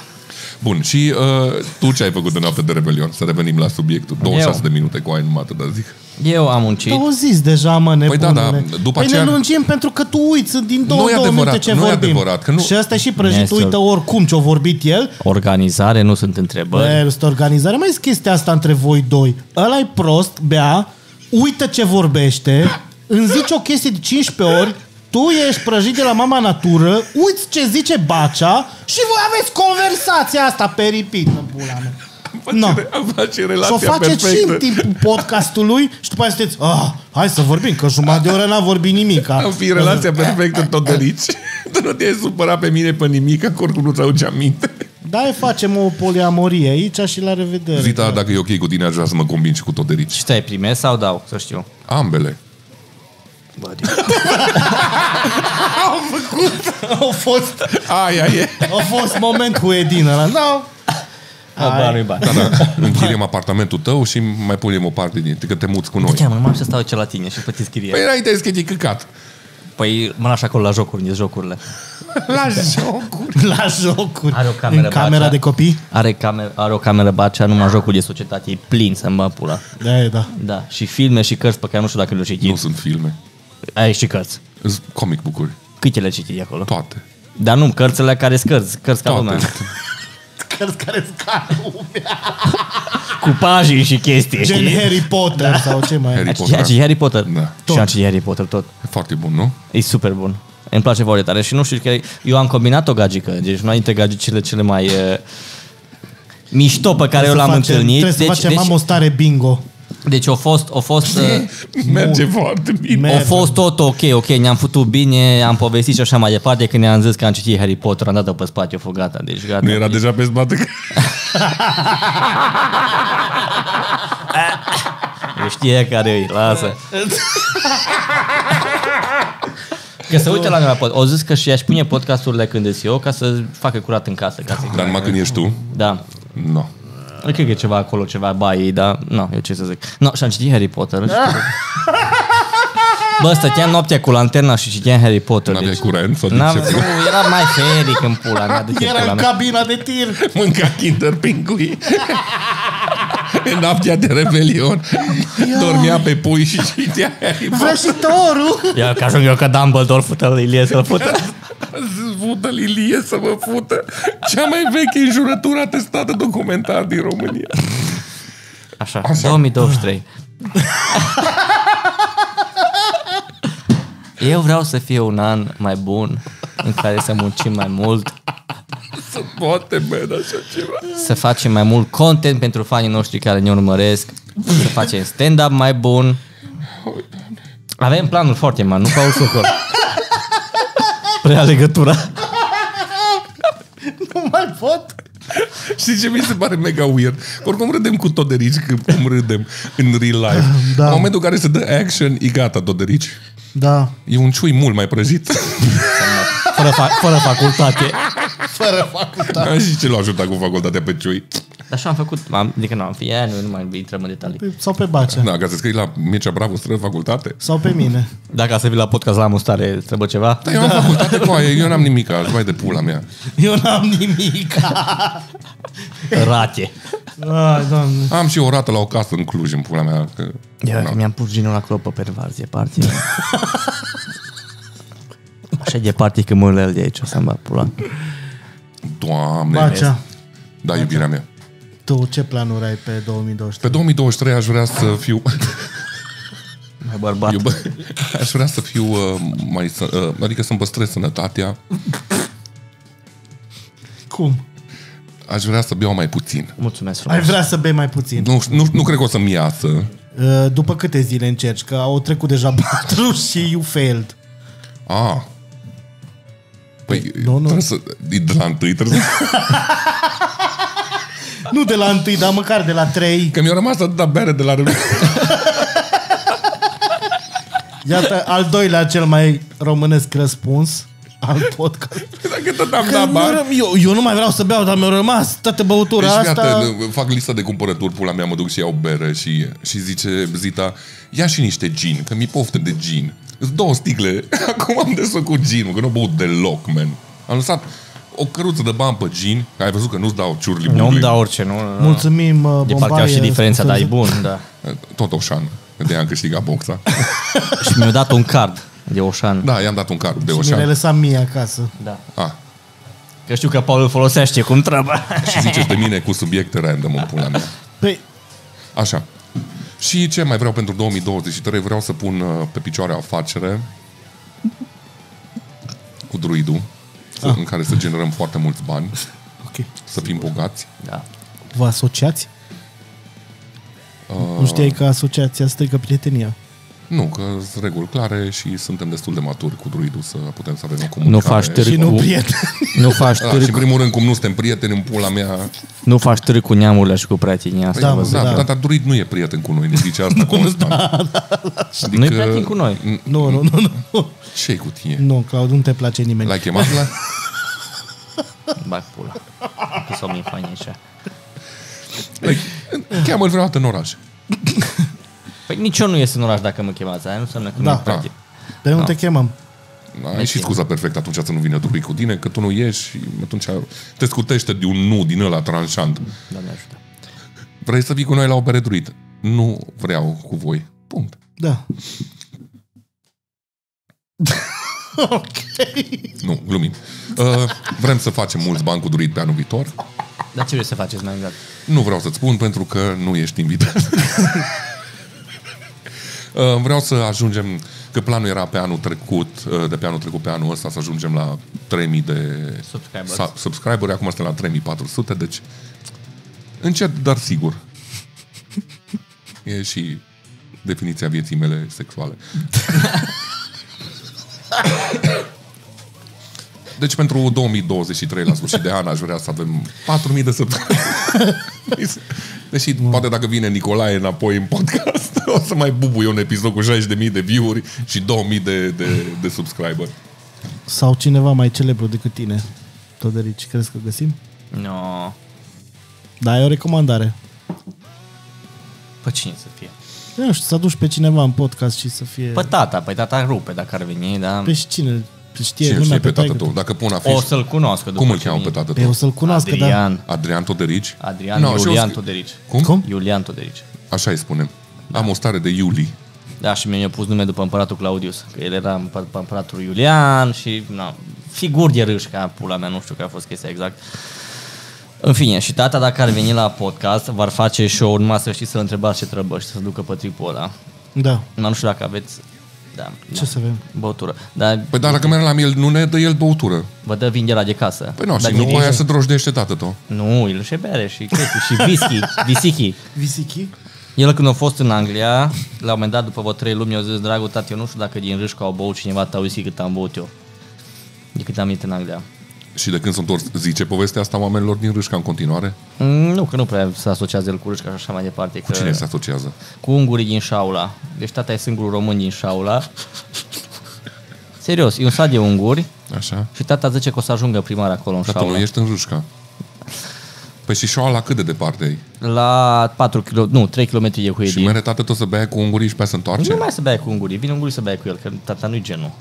[SPEAKER 1] Bun, și uh, tu ce ai făcut în noapte de Revelion? Să revenim la subiectul. 26 de minute cu aia numai atâta zic.
[SPEAKER 3] Eu am muncit.
[SPEAKER 2] Dar au zis deja, mă, nebunule.
[SPEAKER 1] da, da, după
[SPEAKER 2] păi
[SPEAKER 1] aceea-
[SPEAKER 2] ne lungim pentru că tu uiți din două,
[SPEAKER 1] Nu e
[SPEAKER 2] două minute
[SPEAKER 1] adevărat,
[SPEAKER 2] ce
[SPEAKER 1] nu e
[SPEAKER 2] vorbim.
[SPEAKER 1] adevărat, că nu-
[SPEAKER 2] Și asta e și prăjit,
[SPEAKER 3] Este-
[SPEAKER 2] uită oricum ce-a vorbit el.
[SPEAKER 3] Organizare, nu sunt
[SPEAKER 1] Da.
[SPEAKER 3] întrebări.
[SPEAKER 2] Bă, este organizare. Mai este chestia asta între voi doi. ăla e prost, bea, uită ce vorbește, îmi zici o chestie de 15 ori, tu ești prăjit de la mama natură, uiți ce zice Bacea și voi aveți conversația asta pe repeat, în pula mea. No.
[SPEAKER 1] Am face
[SPEAKER 2] Și o
[SPEAKER 1] relația
[SPEAKER 2] faceți și în
[SPEAKER 1] perfectă.
[SPEAKER 2] timpul podcastului și după aia sunteți, ah, hai să vorbim, că jumătate de oră n-a vorbit nimic.
[SPEAKER 1] Am fi relația perfectă tot de aici. Tu nu te-ai supărat pe mine pe nimic, că oricum nu-ți aduce aminte.
[SPEAKER 2] Da, e facem o poliamorie aici și la revedere.
[SPEAKER 1] Zita, dacă e ok cu tine, aș vrea să mă convingi cu tot de aici.
[SPEAKER 3] Și te primesc sau dau, să știu.
[SPEAKER 1] Ambele. adică-
[SPEAKER 2] A fost,
[SPEAKER 1] Aia e.
[SPEAKER 2] a fost moment cu Edina. ăla. Da,
[SPEAKER 3] Bani, bani.
[SPEAKER 1] Da, da. Închiriem apartamentul tău și mai punem o parte din că te muți cu noi.
[SPEAKER 3] Ce, mă, nu m-am să stau aici la tine și plătiți chirie.
[SPEAKER 1] Păi înainte că e căcat.
[SPEAKER 3] Păi mă lași acolo la jocuri, nici jocurile.
[SPEAKER 1] La jocuri.
[SPEAKER 2] La jocuri.
[SPEAKER 3] Are o cameră
[SPEAKER 2] În camera
[SPEAKER 3] Bacea.
[SPEAKER 2] de copii?
[SPEAKER 3] Are, camer, are o cameră bacea, numai jocul de societate, e plin să mă pula.
[SPEAKER 2] Da, e, da.
[SPEAKER 3] Da, și filme și cărți pe care nu știu dacă le-au citit.
[SPEAKER 1] Nu sunt filme.
[SPEAKER 3] Ai și cărți.
[SPEAKER 1] Sunt comic bucuri.
[SPEAKER 3] Câte le-ai citit acolo?
[SPEAKER 1] Toate.
[SPEAKER 3] Dar nu, cărțile care scărți, cărți ca lumea.
[SPEAKER 1] Toate.
[SPEAKER 2] Cărți care scarul.
[SPEAKER 3] Cu pagini și chestii.
[SPEAKER 2] Gen
[SPEAKER 3] știi?
[SPEAKER 2] Harry Potter sau ce mai
[SPEAKER 1] Harry
[SPEAKER 2] e.
[SPEAKER 3] Ai citit- ai citit
[SPEAKER 1] Potter.
[SPEAKER 3] Harry Potter?
[SPEAKER 1] Da.
[SPEAKER 3] Și am citit Harry Potter tot.
[SPEAKER 1] E foarte bun, nu?
[SPEAKER 3] E super bun. Îmi place foarte tare și nu știu că eu am combinat o gagică, deci una dintre gagicile cele mai uh, mișto pe care eu
[SPEAKER 2] Să
[SPEAKER 3] l-am
[SPEAKER 2] facem-
[SPEAKER 3] întâlnit.
[SPEAKER 2] Trebuie să
[SPEAKER 3] deci,
[SPEAKER 2] facem
[SPEAKER 3] deci,
[SPEAKER 2] am o stare bingo.
[SPEAKER 3] Deci a fost, a fost, uh,
[SPEAKER 1] Merge foarte bine.
[SPEAKER 3] a
[SPEAKER 2] Merge.
[SPEAKER 3] fost tot ok, ok, ne-am făcut bine, am povestit și așa mai departe când ne-am zis că am citit Harry Potter, am dat-o pe spate, eu gata, deci gata.
[SPEAKER 1] Nu era deja pe spate? că-
[SPEAKER 3] Eu știe care e, lasă. Că se uite la noi la pod. O zis că și aș pune podcasturile când sunt eu ca să facă curat în casă. Ca să...
[SPEAKER 1] Dar numai când ești tu?
[SPEAKER 3] Da.
[SPEAKER 1] Nu. No.
[SPEAKER 3] Eu cred că e ceva acolo, ceva baii, dar nu, eu ce să zic. Nu, și am citit Harry Potter. și- Bă, stăteam noaptea cu lanterna și citeam Harry Potter. deci
[SPEAKER 1] N-aveai curent? Sau
[SPEAKER 3] N-am,
[SPEAKER 1] Deci N-am...
[SPEAKER 3] nu,
[SPEAKER 1] ce
[SPEAKER 3] era mai feric în pula mea decât
[SPEAKER 2] Era
[SPEAKER 3] pula
[SPEAKER 2] în
[SPEAKER 3] mea.
[SPEAKER 2] cabina de tir.
[SPEAKER 1] Mânca Kinder Pingui. În noaptea de Revelion dormea pe pui și citea Harry Potter.
[SPEAKER 2] Vrăjitorul!
[SPEAKER 3] Ia că ajung eu că Dumbledore fută-l, Ilie să-l fută.
[SPEAKER 1] Fută Lilie să mă fută. Cea mai veche înjurătură atestată documentar din România.
[SPEAKER 3] Așa, 2023. Eu vreau să fie un an mai bun în care să muncim mai mult,
[SPEAKER 1] Să poate, bă, da, așa ceva.
[SPEAKER 3] să facem mai mult content pentru fanii noștri care ne urmăresc, să facem stand-up mai bun. Avem planul foarte mari, nu ca un socol. Prea legătura.
[SPEAKER 2] Nu mai pot!
[SPEAKER 1] Știi ce mi se pare mega weird? Oricum râdem cu Toderici când- cum râdem în real life. Da.
[SPEAKER 2] Da.
[SPEAKER 1] În momentul în care se dă action, e gata Toderici.
[SPEAKER 2] Da,
[SPEAKER 1] E un ciui mult mai prăjit.
[SPEAKER 3] Fără, fa- fără facultate.
[SPEAKER 2] fără facultate.
[SPEAKER 1] Da. și ce l-a ajutat cu facultatea pe ciui?
[SPEAKER 3] Dar așa am făcut, am, adică nu am fi aia, nu, nu mai intrăm în detalii.
[SPEAKER 2] Sau pe Bacea.
[SPEAKER 1] Da, ca să scrii la Mircea Bravo stră facultate.
[SPEAKER 2] Sau pe mine.
[SPEAKER 3] Dacă să vii la podcast la mustare, trebuie ceva?
[SPEAKER 1] Da, eu am facultate cu aia, eu n-am nimic, mai de pula mea.
[SPEAKER 2] Eu n-am nimic.
[SPEAKER 3] Rate.
[SPEAKER 2] Ai, doamne.
[SPEAKER 1] Am și o rată la o casă în Cluj, în pula mea. Că...
[SPEAKER 3] Eu no. mi-am pus genul acolo pe pervarzie, partii. Așa de partii că mă de aici, o să-mi va pula.
[SPEAKER 1] Doamne,
[SPEAKER 2] Bacea.
[SPEAKER 1] da, iubirea mea.
[SPEAKER 2] Tu ce planuri ai pe
[SPEAKER 1] Pe
[SPEAKER 2] 2023?
[SPEAKER 1] 2023 aș vrea să fiu...
[SPEAKER 3] Mai bărbat.
[SPEAKER 1] Eu, bă, aș vrea să fiu uh, mai... să- Uh, adică să-mi păstrez sănătatea.
[SPEAKER 2] Cum?
[SPEAKER 1] Aș vrea să beau mai puțin.
[SPEAKER 3] Mulțumesc frumos.
[SPEAKER 2] Ai vrea să bei mai puțin.
[SPEAKER 1] Nu, nu, nu cred că o să-mi iasă.
[SPEAKER 2] Uh, După câte zile încerci? Că au trecut deja patru și you failed.
[SPEAKER 1] A. Ah. Păi,
[SPEAKER 2] nu, nu.
[SPEAKER 1] trebuie să... e De la întâi trebuie să...
[SPEAKER 2] Nu de la întâi, dar măcar de la trei.
[SPEAKER 1] Că mi-a rămas atâta bere de la... rev-
[SPEAKER 2] Iată, al doilea cel mai românesc răspuns al podcast.
[SPEAKER 1] Dacă tot am
[SPEAKER 3] Da,
[SPEAKER 2] Că
[SPEAKER 1] dat
[SPEAKER 2] mi-a
[SPEAKER 1] bani...
[SPEAKER 2] ră- eu, eu nu mai vreau să beau, dar mi-a rămas toată băutura
[SPEAKER 1] Deci,
[SPEAKER 2] Păi asta.
[SPEAKER 1] asta... iată, fac lista de cumpărături, pula mea, mă duc și iau bere și, și zice Zita, ia și niște gin, că mi poftă de gin. Îți două sticle, acum am desfăcut gin, că nu beau deloc, man. Am lăsat o căruță de bani pe gin, că ai văzut că nu-ți dau ciurli
[SPEAKER 3] Nu îmi
[SPEAKER 1] bumbli.
[SPEAKER 3] dau orice, nu. nu, nu.
[SPEAKER 2] Mulțumim, uh,
[SPEAKER 3] De parcă
[SPEAKER 2] Bombaie,
[SPEAKER 3] au și diferența, dar e
[SPEAKER 2] sponsor-
[SPEAKER 3] bun, da.
[SPEAKER 1] Tot Oșan, că de am câștigat boxa.
[SPEAKER 3] Și mi-a dat un card de Oșan.
[SPEAKER 1] Da, i-am dat un card de Ah,
[SPEAKER 2] Și mi le
[SPEAKER 1] Oșan.
[SPEAKER 2] lăsat mie acasă.
[SPEAKER 3] Da.
[SPEAKER 1] A,
[SPEAKER 3] Că știu că Paul îl folosește cum treaba.
[SPEAKER 1] și ziceți de mine cu subiecte random în pula mea.
[SPEAKER 2] Păi,
[SPEAKER 1] Așa. Și ce mai vreau pentru 2023? Vreau să pun uh, pe picioare o afacere cu druidul, ah. în care să generăm foarte mulți bani,
[SPEAKER 2] ok.
[SPEAKER 1] să fim bogați.
[SPEAKER 3] Da.
[SPEAKER 2] Vă asociați? Uh... Nu știai că asociația strică prietenia.
[SPEAKER 1] Nu, că sunt reguli clare și suntem destul de maturi cu druidul să putem să avem o comunicare.
[SPEAKER 3] Nu faci
[SPEAKER 2] Și
[SPEAKER 3] târg
[SPEAKER 2] nu
[SPEAKER 3] cu...
[SPEAKER 2] prieten.
[SPEAKER 3] Nu faci
[SPEAKER 1] Da, și în
[SPEAKER 3] târg,
[SPEAKER 1] primul rând, cum nu suntem prieteni în pula mea...
[SPEAKER 3] nu faci târg cu neamurile și cu prietenii asta.
[SPEAKER 2] Da,
[SPEAKER 1] Da,
[SPEAKER 2] mă,
[SPEAKER 1] da,
[SPEAKER 2] da.
[SPEAKER 1] da, dar Druid nu e prieten cu noi, ne zice asta constant. Da, da, da.
[SPEAKER 3] Nu e prieten cu noi.
[SPEAKER 2] nu, nu, nu, nu.
[SPEAKER 1] ce cu tine?
[SPEAKER 2] Nu, Claud, nu te place nimeni.
[SPEAKER 1] L-ai chemat la...
[SPEAKER 3] Bag pula. Că s-o mi fain așa.
[SPEAKER 1] L-ai... Cheamă-l vreodată în oraș.
[SPEAKER 3] Păi nici eu nu ies în oraș dacă mă chemați, aia nu înseamnă că
[SPEAKER 2] Da.
[SPEAKER 3] nu e prieten.
[SPEAKER 2] Dar
[SPEAKER 3] da.
[SPEAKER 2] nu te chemăm.
[SPEAKER 1] Da, Ai și scuza perfectă atunci să nu vină Druid cu tine, că tu nu ieși și atunci te scutește de un nu din ăla tranșant.
[SPEAKER 3] Doamne ajută.
[SPEAKER 1] Vrei să vii cu noi la o bere Druid? Nu vreau cu voi. Punct.
[SPEAKER 2] Da. ok.
[SPEAKER 1] Nu, glumim. Uh, vrem să facem mulți bani cu Druid pe anul viitor.
[SPEAKER 3] Dar ce vrei să faceți mai exact?
[SPEAKER 1] Nu vreau să-ți spun pentru că nu ești invitat. Uh, Vreau să ajungem, că planul era pe anul trecut, uh, de pe anul trecut pe anul ăsta, să ajungem la 3000 de
[SPEAKER 3] Subscribers.
[SPEAKER 1] sa- subscriberi. Acum suntem la 3400, deci încet, dar sigur. E și definiția vieții mele sexuale. Deci pentru 2023, la sfârșit de an, aș vrea să avem 4.000 de săptămâni. Deși, poate dacă vine Nicolae înapoi în podcast, o să mai bubui un episod cu 60.000 de view-uri și 2.000 de, de, de subscriber.
[SPEAKER 2] Sau cineva mai celebru decât tine, Todorici, crezi că găsim?
[SPEAKER 3] No.
[SPEAKER 2] Da, e o recomandare.
[SPEAKER 3] Pe Păi cine să fie?
[SPEAKER 2] Eu nu știu, să aduci pe cineva în podcast și să fie...
[SPEAKER 3] Pe tata, pe tata rupe dacă ar veni, dar...
[SPEAKER 2] Pe cine Pe știe
[SPEAKER 1] Ce
[SPEAKER 2] lumea
[SPEAKER 1] știi
[SPEAKER 2] pe, păi-
[SPEAKER 1] pe tatăl
[SPEAKER 2] taică
[SPEAKER 1] tău? Dacă pun afiș,
[SPEAKER 3] O să-l cunoască după
[SPEAKER 1] cum îl
[SPEAKER 3] ce
[SPEAKER 1] cheamă
[SPEAKER 3] vine.
[SPEAKER 1] pe tatăl
[SPEAKER 2] Pe eu
[SPEAKER 1] tău?
[SPEAKER 2] să-l cunoască, da. dar...
[SPEAKER 3] Adrian.
[SPEAKER 1] Adrian Toderici?
[SPEAKER 3] Adrian
[SPEAKER 1] No, și eu
[SPEAKER 3] Iulian
[SPEAKER 1] scriu-
[SPEAKER 3] Toderici. Da.
[SPEAKER 1] Cum?
[SPEAKER 2] Cum?
[SPEAKER 3] Iulian Toderici.
[SPEAKER 1] Așa îi spunem. Am o stare de Iuli.
[SPEAKER 3] Da, și mi-a pus nume după împăratul Claudius, că el era împă- pe împăratul Iulian și na, figuri de râși ca pula mea, nu știu care a fost chestia exact. În fine, și tata dacă ar veni la podcast, v-ar face și o urma să știți să-l întrebați ce trebuie și să ducă pe tripul ăla.
[SPEAKER 2] Da,
[SPEAKER 3] Dar nu știu dacă aveți... Da,
[SPEAKER 2] ce
[SPEAKER 3] da,
[SPEAKER 2] să avem?
[SPEAKER 3] băutură. Dar
[SPEAKER 1] Păi dar dacă merg la el, nu ne dă el băutură.
[SPEAKER 3] vă dă vingerea de casă.
[SPEAKER 1] Păi nu,
[SPEAKER 3] Dar
[SPEAKER 1] și nu
[SPEAKER 3] vine-
[SPEAKER 1] aia se drojdește tatăl tău.
[SPEAKER 3] Nu, el și bere și chestii și whisky, whisky.
[SPEAKER 2] Visichi?
[SPEAKER 3] El când a fost în Anglia, la un moment dat, după vreo trei luni, mi-a zis, dragul tati, eu nu știu dacă din Râșca au băut cineva ta whisky cât am băut eu. De cât am venit în Anglia.
[SPEAKER 1] Și de când sunt întors, zice povestea asta oamenilor din Râșca în continuare?
[SPEAKER 3] Mm, Nu, că nu prea se asociază el cu Râșca și așa mai departe.
[SPEAKER 1] Cu
[SPEAKER 3] că...
[SPEAKER 1] cine se asociază?
[SPEAKER 3] Cu ungurii din Șaula. Deci tata e singurul român din Șaula. Serios, e un sat de unguri
[SPEAKER 1] Așa?
[SPEAKER 3] și tata zice că o să ajungă primar acolo în
[SPEAKER 1] Dar tu nu
[SPEAKER 3] Șaula.
[SPEAKER 1] ești în Râșca. Păi și șoala cât de departe e?
[SPEAKER 3] La 4 km, nu, 3 km de cu
[SPEAKER 1] Și
[SPEAKER 3] ei.
[SPEAKER 1] mere tatăl tău să bea cu ungurii și pe aia se întoarce?
[SPEAKER 3] Păi Nu mai să bea cu ungurii, vine ungurii să bea cu el, că tata nu-i genul.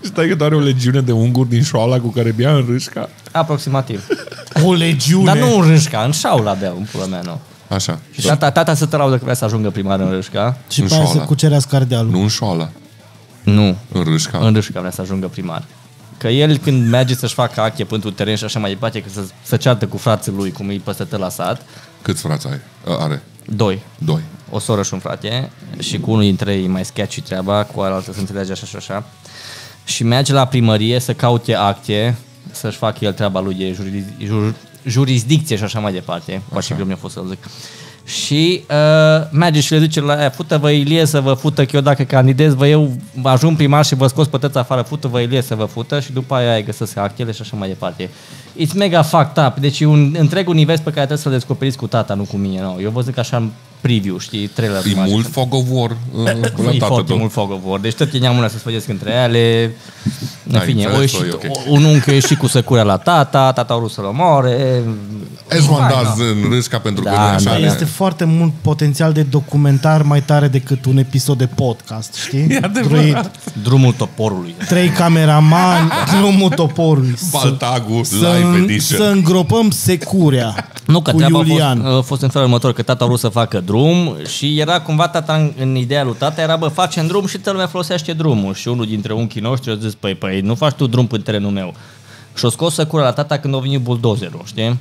[SPEAKER 1] Stai că doar o legiune de unguri din șoala cu care bea în Râșca.
[SPEAKER 3] Aproximativ.
[SPEAKER 2] O legiune!
[SPEAKER 3] Dar nu în Râșca, în Șaula bea, în pula mea, nu.
[SPEAKER 1] Așa.
[SPEAKER 3] Și da. tata, tata se tăraudă că vrea să ajungă primar în Râșca.
[SPEAKER 2] Și
[SPEAKER 1] în
[SPEAKER 2] pe aia să
[SPEAKER 1] șoala.
[SPEAKER 2] cucerească ardealul.
[SPEAKER 1] Nu în șoala.
[SPEAKER 3] Nu,
[SPEAKER 1] În Râșca.
[SPEAKER 3] în Râșca vrea să ajungă primar. Că el când merge să-și facă ache pentru teren și așa mai departe, că să, să ceartă cu frații lui, cum îi păstătă la sat,
[SPEAKER 1] Câți frați ai? A, Are?
[SPEAKER 3] doi,
[SPEAKER 1] Doi.
[SPEAKER 3] o soră și un frate, și cu unul dintre ei mai sketchy treaba, cu alaltă se înțelege așa și așa. Și merge la primărie să caute acte, să-și facă el treaba lui de juridic- jur, jurisdicție și așa mai departe. Poate greu mi-a fost să zic. Și uh, merge și le zice la aia, fută-vă Ilie să vă fută, că eu dacă candidez, vă eu vă ajung primar și vă scos pătăți afară, fută-vă Ilie să vă fută și după aia ai găsesc actele și așa mai departe. It's mega fucked up, deci e un întreg univers pe care trebuie să-l descoperiți cu tata, nu cu mine. No. Eu vă zic așa în preview, știi, trailer.
[SPEAKER 1] E mult fogovor uh, la
[SPEAKER 3] E
[SPEAKER 1] tatăl
[SPEAKER 3] foarte
[SPEAKER 1] tău.
[SPEAKER 3] mult fogovor, deci tot neamul ăla să sfăgesc între ele. În
[SPEAKER 1] Da,
[SPEAKER 3] fine,
[SPEAKER 1] înțeles,
[SPEAKER 3] o ieșit,
[SPEAKER 1] e ok.
[SPEAKER 3] o- un unchi a ieșit cu săcurea la tata, tata a vrut să-l omoare.
[SPEAKER 1] Ezwan
[SPEAKER 3] Hai,
[SPEAKER 1] Daz
[SPEAKER 3] da.
[SPEAKER 1] în Râșca pentru că
[SPEAKER 3] Da,
[SPEAKER 1] nu e așa.
[SPEAKER 3] da,
[SPEAKER 2] Dar
[SPEAKER 1] ne-
[SPEAKER 2] este foarte mult potențial de documentar mai tare decât un episod de podcast, știi? E
[SPEAKER 3] Drumul toporului.
[SPEAKER 2] trei cameramani, drumul toporului. Să-
[SPEAKER 1] Baltagul
[SPEAKER 2] Să,
[SPEAKER 1] Live Edition.
[SPEAKER 2] să îngropăm securea
[SPEAKER 3] Nu, că
[SPEAKER 2] cu
[SPEAKER 3] treaba
[SPEAKER 2] Iulian.
[SPEAKER 3] a fost, a fost în felul următor, că tata a vrut să facă drum și era cumva tata în, în ideea lui tata, era bă, facem drum și toată lumea folosește drumul. Și unul dintre unchii noștri a zis, păi, păi, nu faci tu drum pe terenul meu. Și o scos săcura la tata când a venit buldozerul, știi?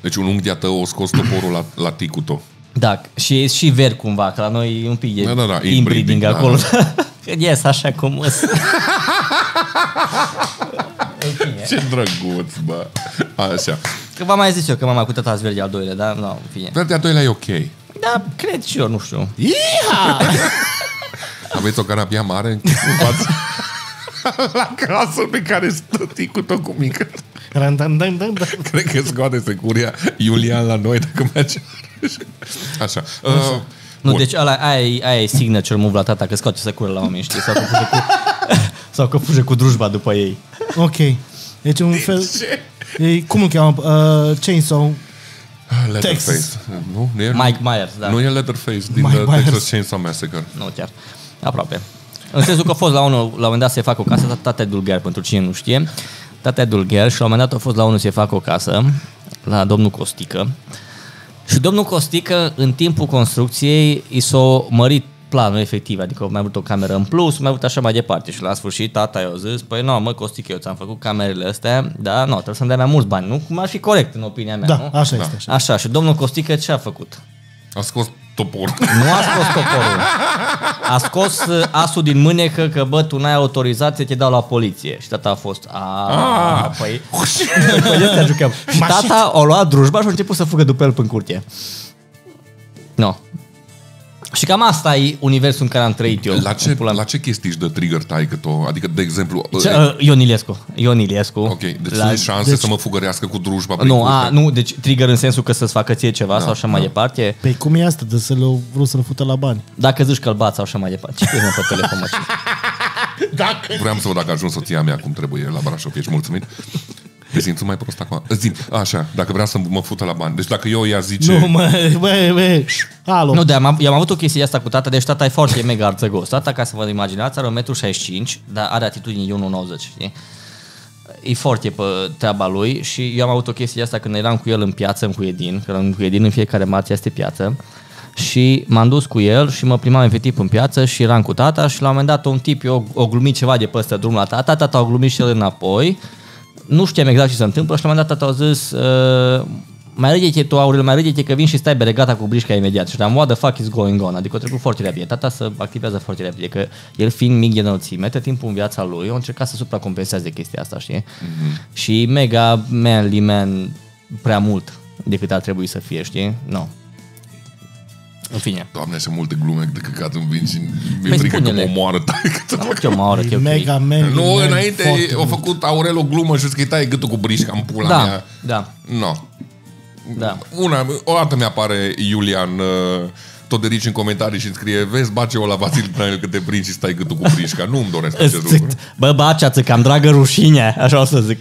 [SPEAKER 1] Deci un unghi de-a tău o scos toporul la, la ticul tău.
[SPEAKER 3] Da, și e și ver cumva, că la noi e un pic de
[SPEAKER 1] Da, da, da,
[SPEAKER 3] inbreeding
[SPEAKER 1] inbreeding, da,
[SPEAKER 3] acolo. Că ies așa cum îs.
[SPEAKER 1] Ce drăguț, bă. Așa.
[SPEAKER 3] Că v-am mai zis eu că mama cu tata ați verde al doilea, da? No, în fine.
[SPEAKER 1] Verdea doilea e ok.
[SPEAKER 3] Da, cred și eu, nu știu.
[SPEAKER 1] Aveți o canapea mare în față. la casă pe care stă ticul tău cu mică.
[SPEAKER 2] Ran, dan, dan, dan, dan.
[SPEAKER 1] Cred că scoate securia Iulian la noi dacă merge. Așa. Uh,
[SPEAKER 3] Nu,
[SPEAKER 1] Bun.
[SPEAKER 3] deci ăla, aia, e- aia e signature move la tata, că scoate să cură la oameni, știi? Sau că fuge cu, sau că fuge cu drujba după ei.
[SPEAKER 2] Ok. Deci un fel...
[SPEAKER 1] Ce?
[SPEAKER 2] Ei, cum îl cheamă? Uh, Chainsaw. Texas.
[SPEAKER 1] Leatherface. Nu? Nu e,
[SPEAKER 3] Mike Myers, da.
[SPEAKER 1] nu e Leatherface din
[SPEAKER 2] Mike
[SPEAKER 1] uh,
[SPEAKER 2] Myers.
[SPEAKER 1] Texas Chainsaw Massacre.
[SPEAKER 3] Nu chiar. Aproape. În sensul că a fost la unul, la un moment dat să-i facă o casă, tata e dulgher, pentru cine nu știe. Tata e dulgher și la un moment dat a fost la unul să-i facă o casă, la domnul Costică. Și domnul Costică, în timpul construcției, i s-a mărit planul efectiv, adică au mai avut o cameră în plus, mai avut așa mai departe și la sfârșit tata i-a zis, păi nu, mă, Costică, eu ți-am făcut camerele astea, da, nu, trebuie să-mi dai mai mulți bani, nu? Cum ar fi corect, în opinia mea,
[SPEAKER 2] Da,
[SPEAKER 3] nu?
[SPEAKER 2] așa este.
[SPEAKER 3] Așa, și domnul Costică ce a făcut?
[SPEAKER 1] A scos topor.
[SPEAKER 3] Nu a scos toporul. A scos uh, asul din mânecă că, bă, tu n-ai autorizație, te dau la poliție. Și tata a fost, a,
[SPEAKER 1] Ah,
[SPEAKER 3] păi, păi de astea jucăm. Și tata a luat drujba și a început să fugă după el până în curte. No. Și cam asta e universul în care am trăit eu.
[SPEAKER 1] La ce,
[SPEAKER 3] În pula mea.
[SPEAKER 1] la ce chestii își dă trigger taică tu? Adică, de exemplu...
[SPEAKER 3] Ce,
[SPEAKER 1] uh,
[SPEAKER 3] uh, Ion Iliescu. Ion Iliescu.
[SPEAKER 1] ok, deci
[SPEAKER 3] La-
[SPEAKER 1] la, sunt șanse
[SPEAKER 2] deci-
[SPEAKER 1] să mă fugărească cu drujba. prin
[SPEAKER 3] Nu,
[SPEAKER 1] curte. Da,
[SPEAKER 3] a, nu, deci trigger în sensul că să-ți facă ție ceva sau așa mai departe.
[SPEAKER 2] Păi cum e asta de să le vrut să-l fută la bani?
[SPEAKER 3] Dacă zici că-l bat sau așa mai departe. Ce crezi mă, pe telefon, mă, ce?
[SPEAKER 1] Vreau să văd dacă a ajuns soția mea cum trebuie la Brașov. Ești mulțumit? Te simți mai prost acum. Zi, așa, dacă vrea să mă fută la bani. Deci dacă eu ea zice...
[SPEAKER 2] Nu, mă, bă, bă, alo.
[SPEAKER 3] Nu, da, dar am, am avut o chestie asta cu tata, deci tata e foarte mega arțăgos. Tata, ca să vă imaginați, are 1,65 m, dar are atitudine 1,90 știi? E foarte pe treaba lui și eu am avut o chestie asta când eram cu el în piață, în Huiedin, că eram în Huiedin în fiecare marți este piață. Și m-am dus cu el și mă primam efectiv în piață și eram cu tata și la un moment dat un tip, eu o glumit ceva de peste drum la tata, tata a glumit și el înapoi. Nu știam exact ce se întâmplă și la un moment dat tata a zis "Uh, mai râde-te tu, Aurel, mai râde-te că vin și stai beregata cu brișca imediat. Și am what the fuck is going on? Adică a trecut foarte repede. Tata să activează foarte repede, că el fiind mic de înălțime, tot timpul în viața lui, a încercat să supracompenseze chestia asta, știi?
[SPEAKER 2] Mhm.
[SPEAKER 3] Mm-hmm. Și e mega manly man prea mult decât ar trebui să fie, știi? Nu. No. În fine.
[SPEAKER 1] Doamne, sunt multe glume de căcat îmi vin și mi-e
[SPEAKER 3] Păi
[SPEAKER 1] frică că mă
[SPEAKER 3] spune-le.
[SPEAKER 1] omoară taică
[SPEAKER 3] Am făcut eu mă oră,
[SPEAKER 2] E
[SPEAKER 3] e ok.
[SPEAKER 2] mega man.
[SPEAKER 1] Nu,
[SPEAKER 2] man,
[SPEAKER 1] înainte
[SPEAKER 2] foarte
[SPEAKER 1] a făcut Aurel o glumă și îți taie gâtul cu brișca în pula
[SPEAKER 3] Da,
[SPEAKER 1] mea.
[SPEAKER 3] da,
[SPEAKER 1] No.
[SPEAKER 3] da.
[SPEAKER 1] Una, o dată mi-apare Iulian uh, Toderici în comentarii și îmi scrie Vezi, bace-o la Vasil Daniel că te prinzi și stai gâtul cu brișca. Nu-mi doresc acest lucru.
[SPEAKER 2] Exact.
[SPEAKER 3] Bă, baceață, că am dragă rușine, așa o să zic.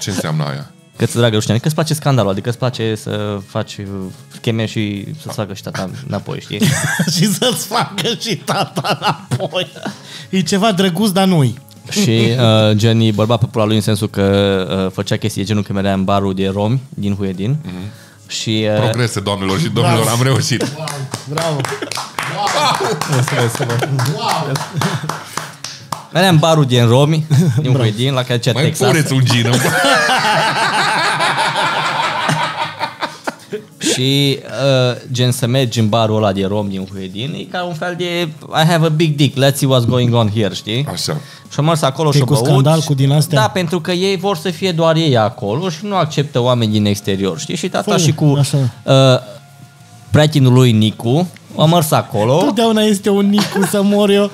[SPEAKER 1] Ce înseamnă aia?
[SPEAKER 3] Că ți dragă rușine, adică îți place scandalul, adică îți place să faci uh, scheme și să-ți facă și tata înapoi, știi?
[SPEAKER 2] și să-ți facă și tata înapoi. E ceva drăguț, dar nu-i.
[SPEAKER 3] și uh, gen e bărbat pe pula lui în sensul că uh, făcea chestii de genul că merea în barul de romi din Huiedin mm-hmm. și uh,
[SPEAKER 1] Progrese, doamnelor și domnilor, am reușit.
[SPEAKER 2] Da. Bravo.
[SPEAKER 3] merea în barul din romi din Huiedin, la care cea
[SPEAKER 1] Mai
[SPEAKER 2] Exact.
[SPEAKER 3] Texas
[SPEAKER 1] puneți un gin. în-
[SPEAKER 3] și uh, gen să mergi în barul ăla de rom din Huiedin e ca un fel de I have a big dick, let's see what's going on here, știi?
[SPEAKER 1] Așa.
[SPEAKER 3] Și am mers acolo
[SPEAKER 2] Te
[SPEAKER 3] și
[SPEAKER 2] cu
[SPEAKER 3] băut.
[SPEAKER 2] scandal cu din astea?
[SPEAKER 3] Da, pentru că ei vor să fie doar ei acolo și nu acceptă oameni din exterior, știi? Și tata
[SPEAKER 2] Fă,
[SPEAKER 3] și cu
[SPEAKER 2] așa.
[SPEAKER 3] uh, prietenul lui Nicu am mers acolo.
[SPEAKER 2] Totdeauna este un Nicu să mor eu.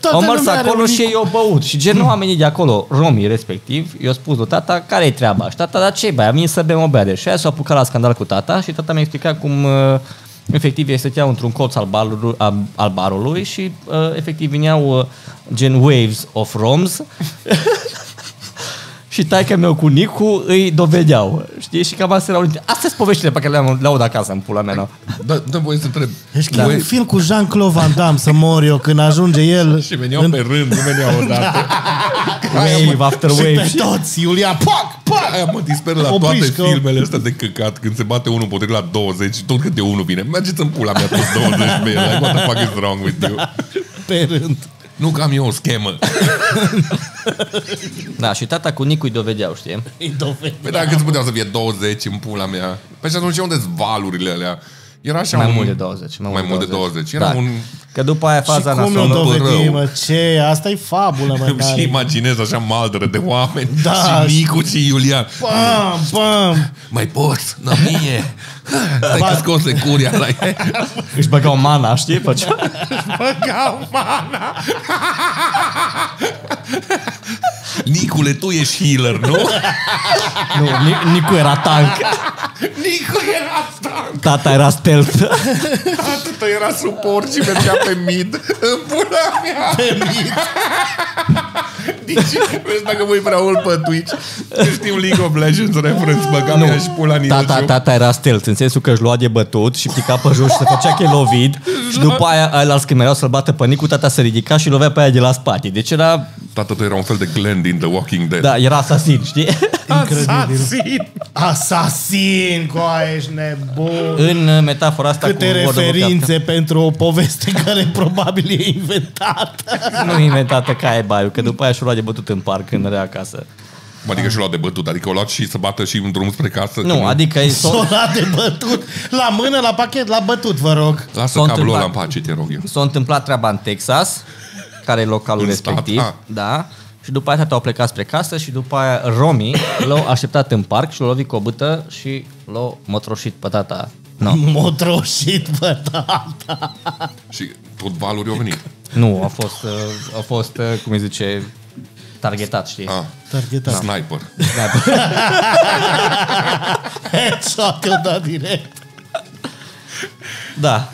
[SPEAKER 2] Toată
[SPEAKER 3] Am mers
[SPEAKER 2] lumea are
[SPEAKER 3] acolo
[SPEAKER 2] un
[SPEAKER 3] și
[SPEAKER 2] Nicu.
[SPEAKER 3] ei au băut și gen oamenii de acolo, romii respectiv, i-au spus lui tata care e treaba și tata, dar ce băi, am venit să bem o bere și aia s-a apucat la scandal cu tata și tata mi-a explicat cum uh, efectiv ei stăteau într-un colț al, barului, al, al barului și uh, efectiv vineau uh, gen waves of roms și taica meu cu Nicu îi dovedeau, știi, și cam astea erau astea sunt poveștile pe care le-am le aud acasă în pula mea, nu?
[SPEAKER 1] Da, dă voie să întreb.
[SPEAKER 2] Ești
[SPEAKER 3] Da.
[SPEAKER 2] ca un
[SPEAKER 1] Voi-
[SPEAKER 2] film cu Jean-Claude Van Damme să mor eu când ajunge el.
[SPEAKER 1] Și veneau pe rând, nu veneau odată. Aia
[SPEAKER 3] Wave
[SPEAKER 1] mă,
[SPEAKER 3] after
[SPEAKER 2] și
[SPEAKER 3] wave.
[SPEAKER 2] pe toți, Iulian, pac, pac!
[SPEAKER 1] aia mă disper la
[SPEAKER 2] Oprișcă.
[SPEAKER 1] toate filmele astea de căcat când se bate unul împotriva la 20 tot câte unul vine. Mergeți în pula mea toți 20 pe el. Like, what the fuck is wrong with you?
[SPEAKER 2] Da. Pe rând.
[SPEAKER 1] Nu că am eu o schemă.
[SPEAKER 3] Da, și tata cu Nicu îi dovedeau, știi?
[SPEAKER 2] Îi dovede.
[SPEAKER 1] Păi dacă câți puteau să fie 20 în pula mea? Păi și atunci unde sunt valurile alea? Era așa
[SPEAKER 3] Mai da.
[SPEAKER 1] un...
[SPEAKER 3] mult de 20.
[SPEAKER 1] Mai mult de 20. Era
[SPEAKER 3] da.
[SPEAKER 1] un...
[SPEAKER 3] Că după aia faza
[SPEAKER 2] și cum nu
[SPEAKER 3] nasoală...
[SPEAKER 2] dovedi,
[SPEAKER 1] rău.
[SPEAKER 2] mă, ce? Asta e fabulă, mă,
[SPEAKER 1] Și
[SPEAKER 2] tare.
[SPEAKER 1] imaginez așa maldră de oameni
[SPEAKER 2] Da.
[SPEAKER 1] Și Nicu și Iulian
[SPEAKER 2] Bam, bam!
[SPEAKER 1] Mai poți, n-am mie Stai că scoase curia la el
[SPEAKER 3] Își băgau mana, știi? Făcea...
[SPEAKER 2] Băgau, man!
[SPEAKER 1] Nicule, tu ești healer, nu?
[SPEAKER 3] nu, Ni- Nicu era tank.
[SPEAKER 1] Nicu era asta
[SPEAKER 3] Tata era stealth.
[SPEAKER 1] Atâta era suport și mergea pe mid În pula mea Pe mid Deci, vezi dacă voi prea mult pe Twitch Nu știu League of Legends reference Băga mea și pula în
[SPEAKER 3] Tata,
[SPEAKER 1] el
[SPEAKER 3] tata era stealth, în sensul că își lua de bătut și pica pe jos și se făcea că e lovit și după aia ăilalți când mereau să-l bată pe Nicu, tata se ridica și lovea pe aia de la spate. Deci era,
[SPEAKER 1] Tata tu Da, era un fel de Glenn din The Walking Dead
[SPEAKER 3] da, era asasin, știi?
[SPEAKER 1] Asasin
[SPEAKER 2] Asasin, coaie, ești nebun!
[SPEAKER 3] În uh, metafora asta
[SPEAKER 2] Câte
[SPEAKER 3] cu World of
[SPEAKER 2] referințe pentru o poveste care probabil e inventată.
[SPEAKER 3] Warcraft, Nu inventată ca e baiul, că după aia și-o lua de bătut în parc când era acasă.
[SPEAKER 1] Adică și-o luat de bătut, adică o luat și să bată și în drum spre casă. că
[SPEAKER 3] Nu, adică e
[SPEAKER 2] S-o
[SPEAKER 3] s-o,
[SPEAKER 2] lua de bătut. La mână, la pachet, la bătut, vă rog.
[SPEAKER 1] Lasă
[SPEAKER 3] s-a
[SPEAKER 1] cablul
[SPEAKER 3] întâmplat.
[SPEAKER 1] ăla în pace, te rog eu.
[SPEAKER 3] s-a întâmplat treaba în Texas, care e localul
[SPEAKER 1] În stat, ah.
[SPEAKER 3] respectiv.
[SPEAKER 1] a.
[SPEAKER 3] da. Și după aia au plecat spre casă și după aia Romy l-au așteptat în parc și l-au lovit cu o bâtă și l-au motroșit pe tata. No.
[SPEAKER 2] Motroșit, bă, da. tata.
[SPEAKER 1] Și tot valuri au venit.
[SPEAKER 3] Nu, a fost, uh, a fost uh, cum îi zice, targetat, știi?
[SPEAKER 1] Ah,
[SPEAKER 2] Targetat.
[SPEAKER 1] sniper.
[SPEAKER 3] Da.
[SPEAKER 2] Headshot-ul da direct.
[SPEAKER 3] da.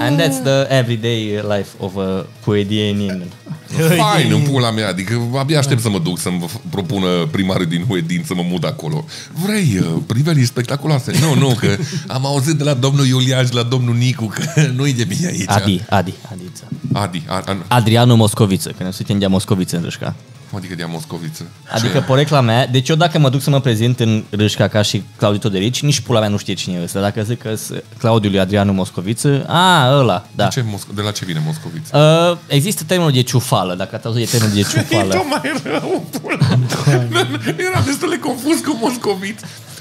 [SPEAKER 3] And that's the everyday life of a comedian in England.
[SPEAKER 1] Fain, în pula mea, adică abia aștept să mă duc să-mi f- propună primarul din Huedin să mă mut acolo. Vrei uh, privelii spectaculoase? Nu, nu, că am auzit de la domnul Iulian și la domnul Nicu că nu-i de bine aici.
[SPEAKER 3] Adi, Adi, Adiță.
[SPEAKER 1] Adi, a, a,
[SPEAKER 3] Adrianu Moscoviță, că ne suntem de Moscoviță în Râșca.
[SPEAKER 1] cum adică de-a Moscoviță?
[SPEAKER 3] Adică
[SPEAKER 1] Ce?
[SPEAKER 3] porecla mea, deci eu dacă mă duc să mă prezint în Râșca ca și Claudiu Todorici, nici pula mea nu știe cine e ăsta. Dacă zic că sunt Claudiu lui Adrianu Moscoviță, a, ăla, da.
[SPEAKER 1] Ce Mosco- de la ce vine Moscoviță?
[SPEAKER 3] Uh, există termenul de ciufală, dacă ați auzit de termenul de
[SPEAKER 1] E
[SPEAKER 3] ciufală.
[SPEAKER 1] tot mai rău, pula. Era destul de confuz cu Moscovit.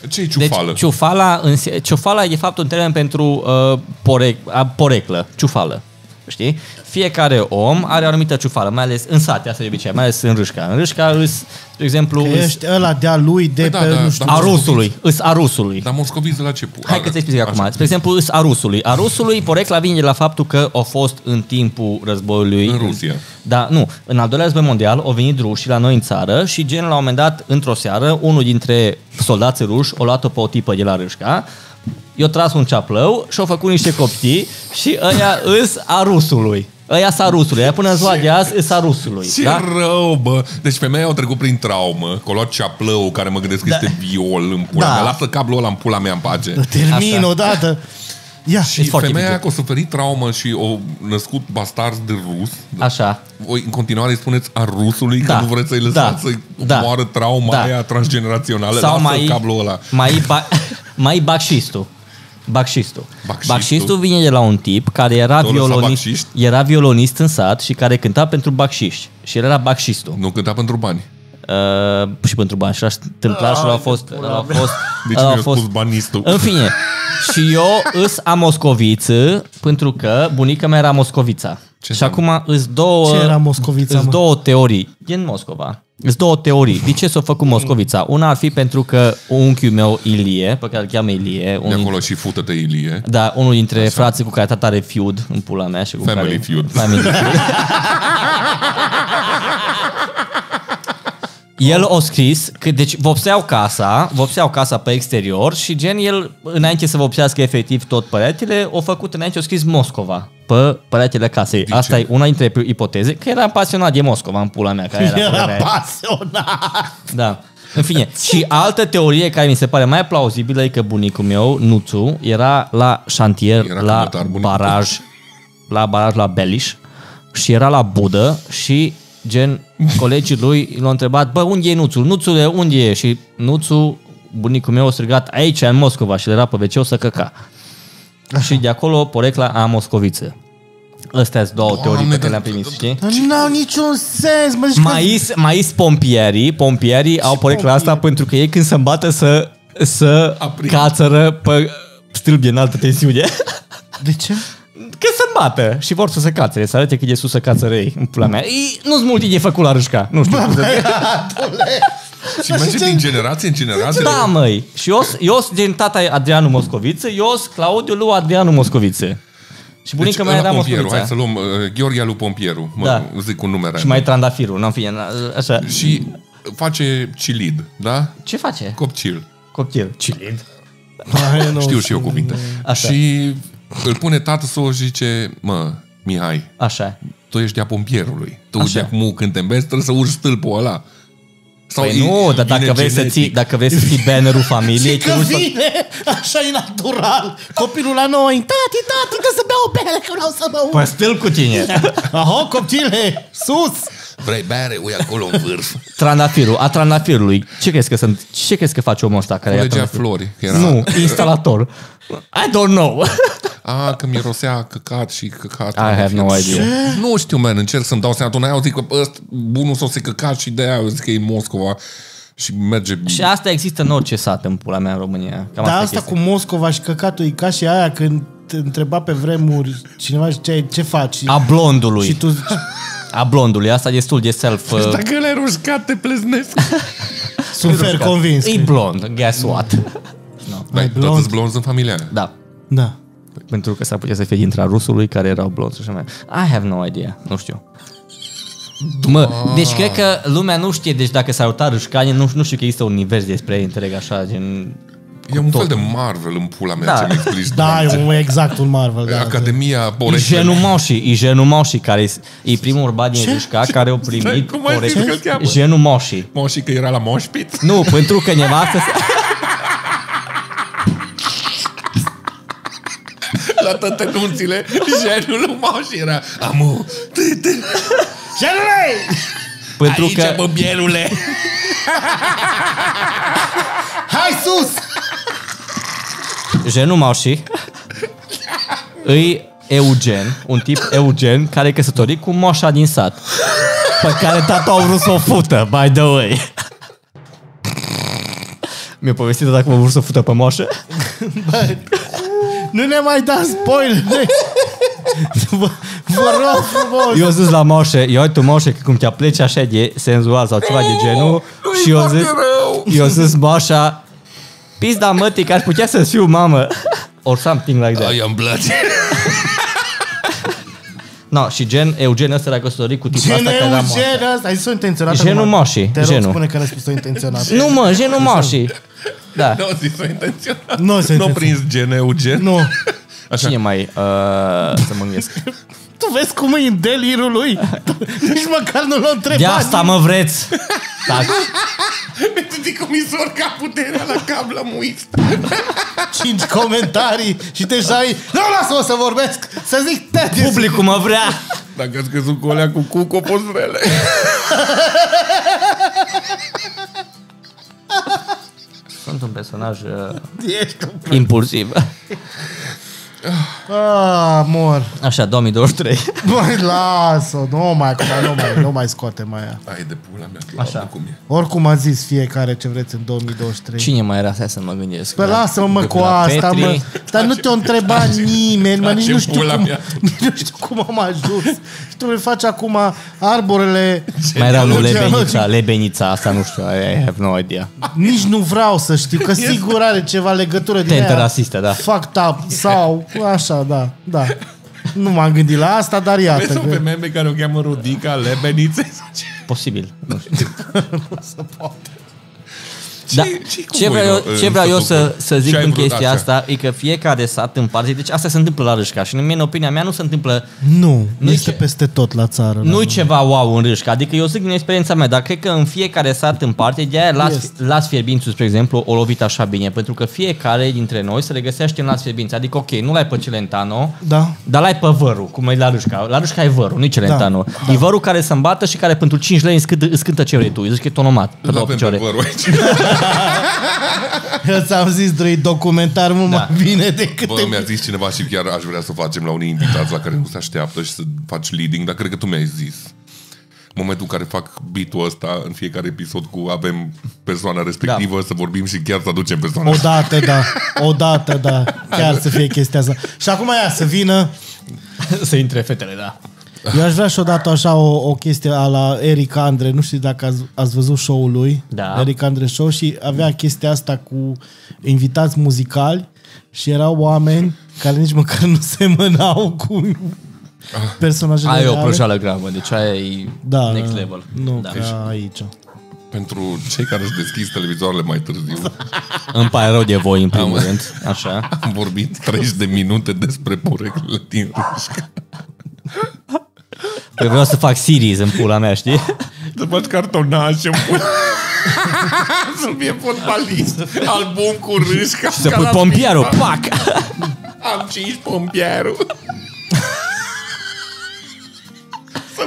[SPEAKER 1] Ce-i ciufală?
[SPEAKER 3] Deci ciufala, în, se- ciufala e de fapt un termen pentru uh, porec, a, poreclă, ciufală. Știi? Fiecare om are o anumită ciufală, mai ales în sate, asta e de obicei, mai ales în râșca. În râșca îs, de exemplu, îs
[SPEAKER 2] Ești ăla de-a lui, de
[SPEAKER 1] Păi
[SPEAKER 2] pe,
[SPEAKER 1] da, da,
[SPEAKER 2] nu
[SPEAKER 1] da.
[SPEAKER 2] știu,
[SPEAKER 3] a rusului, îs a rusului.
[SPEAKER 1] Dar Moscoviță la ce?
[SPEAKER 3] Hai că ți explic acum. Spre exemplu, îs a rusului. A rusului, porecla vine de la faptul că a fost în timpul războiului.
[SPEAKER 1] În Rusia.
[SPEAKER 3] Da, nu. În al doilea război mondial au venit rușii la noi în țară și gen la un moment dat, într-o seară, unul dintre soldații ruși o luat-o pe o tipă de la Râșca, i-a tras un ceaplău și au făcut niște coptii și ăia îs a rusului. Ăia s-a rusului. Ăia până în ziua de azi îs a rusului.
[SPEAKER 1] Ce da?
[SPEAKER 3] da?
[SPEAKER 1] rău, bă! Deci femeia au trecut prin traumă, că au luat ceaplău, care mă gândesc că da. este viol în pula da.
[SPEAKER 3] Da.
[SPEAKER 1] mea. Lasă cablul ăla în pula mea în pace.
[SPEAKER 2] termin
[SPEAKER 3] Asta.
[SPEAKER 2] odată. Ia,
[SPEAKER 1] Și
[SPEAKER 3] foarte
[SPEAKER 1] femeia aia
[SPEAKER 3] evident.
[SPEAKER 1] că a suferit traumă și o născut bastard de rus.
[SPEAKER 3] Așa.
[SPEAKER 1] Voi în continuare îi spuneți a rusului da.
[SPEAKER 3] Da.
[SPEAKER 1] că nu vreți să-i lăsați
[SPEAKER 3] Da.
[SPEAKER 1] să-i
[SPEAKER 3] Da.
[SPEAKER 1] moară trauma da.
[SPEAKER 3] Da.
[SPEAKER 1] aia transgenerațională.
[SPEAKER 3] Sau
[SPEAKER 1] Lasă
[SPEAKER 3] mai,
[SPEAKER 1] cablul ăla.
[SPEAKER 3] mai, ba, mai baxistu. Baxistu.
[SPEAKER 1] Baxistu.
[SPEAKER 3] vine de la un tip care era
[SPEAKER 1] Tu lăsa
[SPEAKER 3] violonist,
[SPEAKER 1] baxiști?
[SPEAKER 3] era violonist în sat și care cânta pentru baxiști. Și el era baxistu.
[SPEAKER 1] Nu cânta pentru bani.
[SPEAKER 3] Uh, și pentru bani. Și l-a întâmplat și l-a fost... L-a fost,
[SPEAKER 1] Deci
[SPEAKER 3] ăla
[SPEAKER 1] mi-a
[SPEAKER 3] a fost
[SPEAKER 1] spus banistul.
[SPEAKER 3] în fine, și eu îs a moscoviță pentru că bunica mea era moscovița.
[SPEAKER 1] Ce
[SPEAKER 3] Ce și acum îs două...
[SPEAKER 2] Ce era moscovița,
[SPEAKER 3] Îs
[SPEAKER 2] mă?
[SPEAKER 3] două teorii. Din Moscova. Îs două teorii. De ce s-a făcut moscovița? Una ar fi pentru că unchiul meu, Ilie, pe care îl cheamă Ilie,
[SPEAKER 1] De
[SPEAKER 3] un,
[SPEAKER 1] acolo și fută-te, Ilie.
[SPEAKER 3] da, unul dintre frații cu care tata are feud în pula mea și cu
[SPEAKER 1] Family
[SPEAKER 3] care,
[SPEAKER 1] feud.
[SPEAKER 3] Family feud. El o scris, că, deci vopseau casa, vopseau casa pe exterior și gen el, înainte să vopsească efectiv tot peretele, o făcut înainte, o scris Moscova pe peretele casei.
[SPEAKER 1] ce?
[SPEAKER 3] Asta e una dintre ipoteze, că era pasionat de Moscova în pula mea. Care era, pula
[SPEAKER 2] era
[SPEAKER 3] mea.
[SPEAKER 2] pasionat.
[SPEAKER 3] Da. În fine, și altă teorie care mi se pare mai plauzibilă e că bunicul meu, Nuțu, era la șantier,
[SPEAKER 1] Era
[SPEAKER 3] la
[SPEAKER 1] cămătar, bunicul.
[SPEAKER 3] baraj, la baraj la Beliș și era la Budă și gen colegii lui l-au întrebat, bă, unde e Nuțu? Nuțule, unde e? Și Nuțu, bunicul meu, a strigat aici, în Moscova și el era pe wc să căca. Și de acolo porecla a moscoviță. Astea sunt două teorii
[SPEAKER 1] Doamne,
[SPEAKER 3] pe care le-am
[SPEAKER 1] dar-
[SPEAKER 3] primit, știi?
[SPEAKER 2] N-au niciun sens, mă, zici că...
[SPEAKER 3] Mais, mais pompierii, pompierii au porecla asta pentru că ei când se îmbată să, să
[SPEAKER 1] Aprig.
[SPEAKER 3] cațără pe stâlbi în altă tensiune.
[SPEAKER 2] De ce?
[SPEAKER 3] că se îmbată și vor să se cațere, să arate cât de sus să cațără ei, în pula mea. Ei, nu-s multe de făcut la râșca, nu știu.
[SPEAKER 1] Și merge din generație în generație.
[SPEAKER 3] Da, măi, și eu eu din tata e Adrianu Moscoviță, eu sunt Claudiu lui Adrianu Moscoviță. Și bunica
[SPEAKER 1] Deci,
[SPEAKER 3] mea
[SPEAKER 1] ăla
[SPEAKER 3] era
[SPEAKER 1] Pompieru, Hai să
[SPEAKER 3] Moscovița.
[SPEAKER 1] luăm uh, Gheorghe lui Pompieru. Mă,
[SPEAKER 3] Da.
[SPEAKER 1] zic un numere.
[SPEAKER 3] Și mai e trandafirul, nu fie, așa.
[SPEAKER 1] și face cilid, da?
[SPEAKER 3] Ce face?
[SPEAKER 1] Copcil.
[SPEAKER 3] Copil. Cilid.
[SPEAKER 2] Hai, nu
[SPEAKER 1] Știu și eu cuvinte.
[SPEAKER 3] Așa.
[SPEAKER 1] Și îl pune tatăl său și zice, mă, Mihai,
[SPEAKER 3] Așa.
[SPEAKER 1] tu ești de-a pompierului. Tu
[SPEAKER 3] Așa.
[SPEAKER 1] de acum când te înveți trebuie să urci stâlpul ăla. Sau
[SPEAKER 3] Păi
[SPEAKER 1] e-
[SPEAKER 3] nu, dar dacă
[SPEAKER 1] vine
[SPEAKER 3] vrei, să
[SPEAKER 1] genetic.
[SPEAKER 3] ții, dacă vrei să ții bannerul familiei,
[SPEAKER 2] Și că
[SPEAKER 3] te uiți la-
[SPEAKER 2] vine așa e natural Copilul la noi Tati, tati, trebuie să beau o bere Că vreau să mă uit
[SPEAKER 3] Păi stil cu tine.
[SPEAKER 2] Aho, copile, sus
[SPEAKER 1] Vrei bere, ui acolo în vârf.
[SPEAKER 3] Trandafirul, a trandafirului. Ce crezi că sunt? Ce crezi că face omul ăsta care ia
[SPEAKER 1] Legea
[SPEAKER 3] trandafirul?
[SPEAKER 1] flori. Că era,
[SPEAKER 3] Nu, instalator. I don't know.
[SPEAKER 1] A, că mirosea căcat și căcat.
[SPEAKER 3] I have no idea.
[SPEAKER 1] Nu știu, man, încerc să-mi dau seama. Tu n-ai auzit că ăsta bunul s-o se căcat și de aia zic că e Moscova. și merge...
[SPEAKER 3] Și asta există în orice sat în pula mea în România. Cam
[SPEAKER 2] Dar
[SPEAKER 3] e
[SPEAKER 2] Da, asta
[SPEAKER 3] chestia.
[SPEAKER 2] cu Moscova și căcatul e ca și aia când te întreba pe vremuri cineva ce, ce faci
[SPEAKER 3] A blondului.
[SPEAKER 2] și tu zici,
[SPEAKER 3] A blondului. Asta e destul de self... uh,
[SPEAKER 1] Dacă le rușcat, te pleznesc.
[SPEAKER 2] sunt fer
[SPEAKER 3] ruscat.
[SPEAKER 2] convins.
[SPEAKER 3] E
[SPEAKER 2] că-
[SPEAKER 3] blond. Guess what?
[SPEAKER 1] Băi,
[SPEAKER 2] blond.
[SPEAKER 1] toți blonzi în familia aia.
[SPEAKER 3] Da.
[SPEAKER 2] Da.
[SPEAKER 3] Pentru că s-ar putea să fie dintre rusului care erau blond și așa mai. I have no idea. Nu știu. Mă, deci cred că lumea nu știe, deci dacă s-ar uita rușcani, nu, nu știu că există un univers despre ei, întreg așa, gen...
[SPEAKER 1] E un fel de Marvel în pula mea
[SPEAKER 3] Da.
[SPEAKER 1] ce mi explici.
[SPEAKER 2] Da,
[SPEAKER 1] blonzi.
[SPEAKER 2] e un, exact un Marvel. Da,
[SPEAKER 1] Academia
[SPEAKER 3] E
[SPEAKER 1] Borești.
[SPEAKER 3] genul Moșii, e genul Moșii, care e- e primul urban din Rușca, care au primit
[SPEAKER 1] cum ai zis că îl cheamă?
[SPEAKER 3] genul Moșii.
[SPEAKER 1] Moșii că era la moșpit?
[SPEAKER 3] Nu, pentru că nevastă se...
[SPEAKER 1] La toate nunțile, genul lui moș era Amu, te, te,
[SPEAKER 2] Genule!
[SPEAKER 3] pentru
[SPEAKER 1] aici
[SPEAKER 3] că...
[SPEAKER 1] mă bierule
[SPEAKER 2] Hai sus!
[SPEAKER 3] Genul Moșii îi Eugen, un tip Eugen care e căsătorit cu moșa din sat. Pe care tata a vrut să o fută, by the way. Mi-a povestit dacă mă vrut să o fută pe moșă.
[SPEAKER 2] Nu ne mai da spoilere! Vă, vă rog frumos!
[SPEAKER 3] Eu zis la moșe, eu tu moșe, că cum te pleci așa de senzual sau ceva de genul. și eu zis, eu zis moșa, pizda mătii, că aș putea să fiu mamă. Or something like that.
[SPEAKER 1] I am blood
[SPEAKER 3] No, și gen, Eugen ăsta era căsătorit cu tipul
[SPEAKER 2] Gen
[SPEAKER 3] ăsta care era moș.
[SPEAKER 2] Eugen ăsta! Ai sunt intenționat.
[SPEAKER 3] Genul
[SPEAKER 2] acum.
[SPEAKER 3] moșii,
[SPEAKER 2] Te rog,
[SPEAKER 3] genul.
[SPEAKER 2] spune că n-ai spus-o intenționat.
[SPEAKER 3] Nu mă, genul moșii. Da.
[SPEAKER 1] Nu, zis-o intenționat
[SPEAKER 2] Nu se
[SPEAKER 1] Nu
[SPEAKER 2] intenționat.
[SPEAKER 1] prins gen Eugen
[SPEAKER 2] Nu.
[SPEAKER 1] Așa.
[SPEAKER 3] Cine mai uh, să mă gândesc?
[SPEAKER 2] Tu vezi cum e în delirul lui? Tu- Nici măcar nu l-a întrebat.
[SPEAKER 3] De asta mă vreți! Da,
[SPEAKER 1] Tu zic cum mi s ca puterea la cap la muist
[SPEAKER 2] 5 comentarii și deja ai... Nu, lasă-mă să vorbesc! Să zic tăti!
[SPEAKER 3] publicul mă vrea!
[SPEAKER 1] Dacă ați căzut cu olea cu cuco, poți rele
[SPEAKER 3] Sunt un personaj uh,
[SPEAKER 2] Ești
[SPEAKER 3] impulsiv.
[SPEAKER 2] Ah, mor.
[SPEAKER 3] Așa, 2023.
[SPEAKER 2] Băi, lasă Nu mai, acum, nu mai, nu mai scoate mai aia.
[SPEAKER 1] Ai de pula mea,
[SPEAKER 3] Așa.
[SPEAKER 1] Așa. cum e
[SPEAKER 2] Oricum a zis fiecare ce vreți în 2023.
[SPEAKER 3] Cine mai era Stai să mă gândesc?
[SPEAKER 1] Da.
[SPEAKER 2] Bă, Păi lasă-mă mă, cu
[SPEAKER 3] La
[SPEAKER 2] asta,
[SPEAKER 3] Petri.
[SPEAKER 2] mă. Dar nu te-o întreba nimeni, mă, nici
[SPEAKER 1] taci
[SPEAKER 2] nu
[SPEAKER 1] în
[SPEAKER 2] știu
[SPEAKER 1] pula
[SPEAKER 2] cum,
[SPEAKER 1] mea.
[SPEAKER 2] nici nu știu cum am ajuns. Și tu îmi faci acum arborele,
[SPEAKER 3] Mai era lui
[SPEAKER 2] Geologia,
[SPEAKER 3] Lebenița, Lebenița asta, nu știu, I I have no idea.
[SPEAKER 2] nici nu vreau să știu, că sigur are ceva legătură din
[SPEAKER 3] Tentă
[SPEAKER 2] aia
[SPEAKER 3] rasistă, da.
[SPEAKER 2] Fucked up sau așa, da, da. Nu m-am gândit la asta, dar iată.
[SPEAKER 1] Vezi o
[SPEAKER 2] Că...
[SPEAKER 1] femeie pe care o cheamă Rodica Lebenițe sau ce?
[SPEAKER 3] Posibil. Nu știu.
[SPEAKER 1] Ce-
[SPEAKER 3] Da.
[SPEAKER 1] ce-i cu
[SPEAKER 3] Ce
[SPEAKER 1] voi,
[SPEAKER 3] vreau,
[SPEAKER 1] mă,
[SPEAKER 3] ce
[SPEAKER 1] în
[SPEAKER 3] vreau eu să,
[SPEAKER 1] Făcut?
[SPEAKER 3] să
[SPEAKER 1] Ce
[SPEAKER 3] zic
[SPEAKER 1] ai
[SPEAKER 3] în
[SPEAKER 1] vrut
[SPEAKER 3] chestia
[SPEAKER 1] așa?
[SPEAKER 3] asta e că fiecare sat în parte, deci asta se întâmplă la Râșca și în mine, în opinia mea nu se întâmplă
[SPEAKER 2] Nu, nu
[SPEAKER 3] Nu-i
[SPEAKER 2] este
[SPEAKER 3] ce-
[SPEAKER 2] peste tot la țară. la-
[SPEAKER 3] Nu e ceva wow în râșca, adică eu zic din experiența mea, dar cred că în fiecare sat în parte, de aia las,
[SPEAKER 2] Este.
[SPEAKER 3] las fierbințul, spre exemplu, o lovit așa bine, pentru că fiecare dintre noi se regăsește în las fierbinț. Adică, ok, nu l-ai pe Celentano,
[SPEAKER 2] Da.
[SPEAKER 3] dar l-ai pe vărul, cum e la râșca. La râșca e vărul, nu e Celentano. Da. E vărul care se îmbată și care pentru 5 lei îți cântă, îți cântă ce vrei tu, îi zici că e tonomat Păi, da, pe
[SPEAKER 1] Îl
[SPEAKER 3] două
[SPEAKER 1] avem
[SPEAKER 3] picioare.
[SPEAKER 1] pe vărul aici
[SPEAKER 2] Eu ți-am da. zis, drăi, documentar mult
[SPEAKER 3] Da.
[SPEAKER 2] mai bine decât
[SPEAKER 1] Bă,
[SPEAKER 2] te...
[SPEAKER 1] mi-a zis cineva și chiar aș vrea să o facem la unii invitați la care nu se așteaptă și să faci leading, dar cred că tu mi-ai zis. În momentul în care fac beat-ul ăsta, în fiecare episod cu avem persoana respectivă, da. să vorbim și chiar să aducem persoana. O,
[SPEAKER 2] Odată, da. Odată, da. Chiar să fie chestia asta. Și acum ea să vină.
[SPEAKER 3] Să intre fetele, da.
[SPEAKER 2] Eu aș vrea și odată așa o, o chestie a la Eric Andre. Nu știu dacă ați, ați văzut show-ul lui.
[SPEAKER 3] Da.
[SPEAKER 2] Eric Andre Show și avea chestia asta cu invitați muzicali și erau oameni care nici măcar nu semănau cu personajele
[SPEAKER 3] Aia e o
[SPEAKER 2] reale.
[SPEAKER 3] prăjeală gravă, deci aia e
[SPEAKER 2] da,
[SPEAKER 3] next
[SPEAKER 2] da,
[SPEAKER 3] level.
[SPEAKER 2] Nu,
[SPEAKER 3] da.
[SPEAKER 2] da. aici.
[SPEAKER 1] Pentru cei care își deschis televizoarele mai târziu,
[SPEAKER 3] Îmi pare rău de voi, în primul rând. Așa.
[SPEAKER 1] am vorbit 30 de minute despre poreclele din Rușca.
[SPEAKER 3] Păi vreau să fac series în pula mea, știi?
[SPEAKER 1] Să faci cartonașe, pula. să fie fotbalist, album cu râșca.
[SPEAKER 3] Să pui pompierul, pac!
[SPEAKER 1] Am cinci pompierul.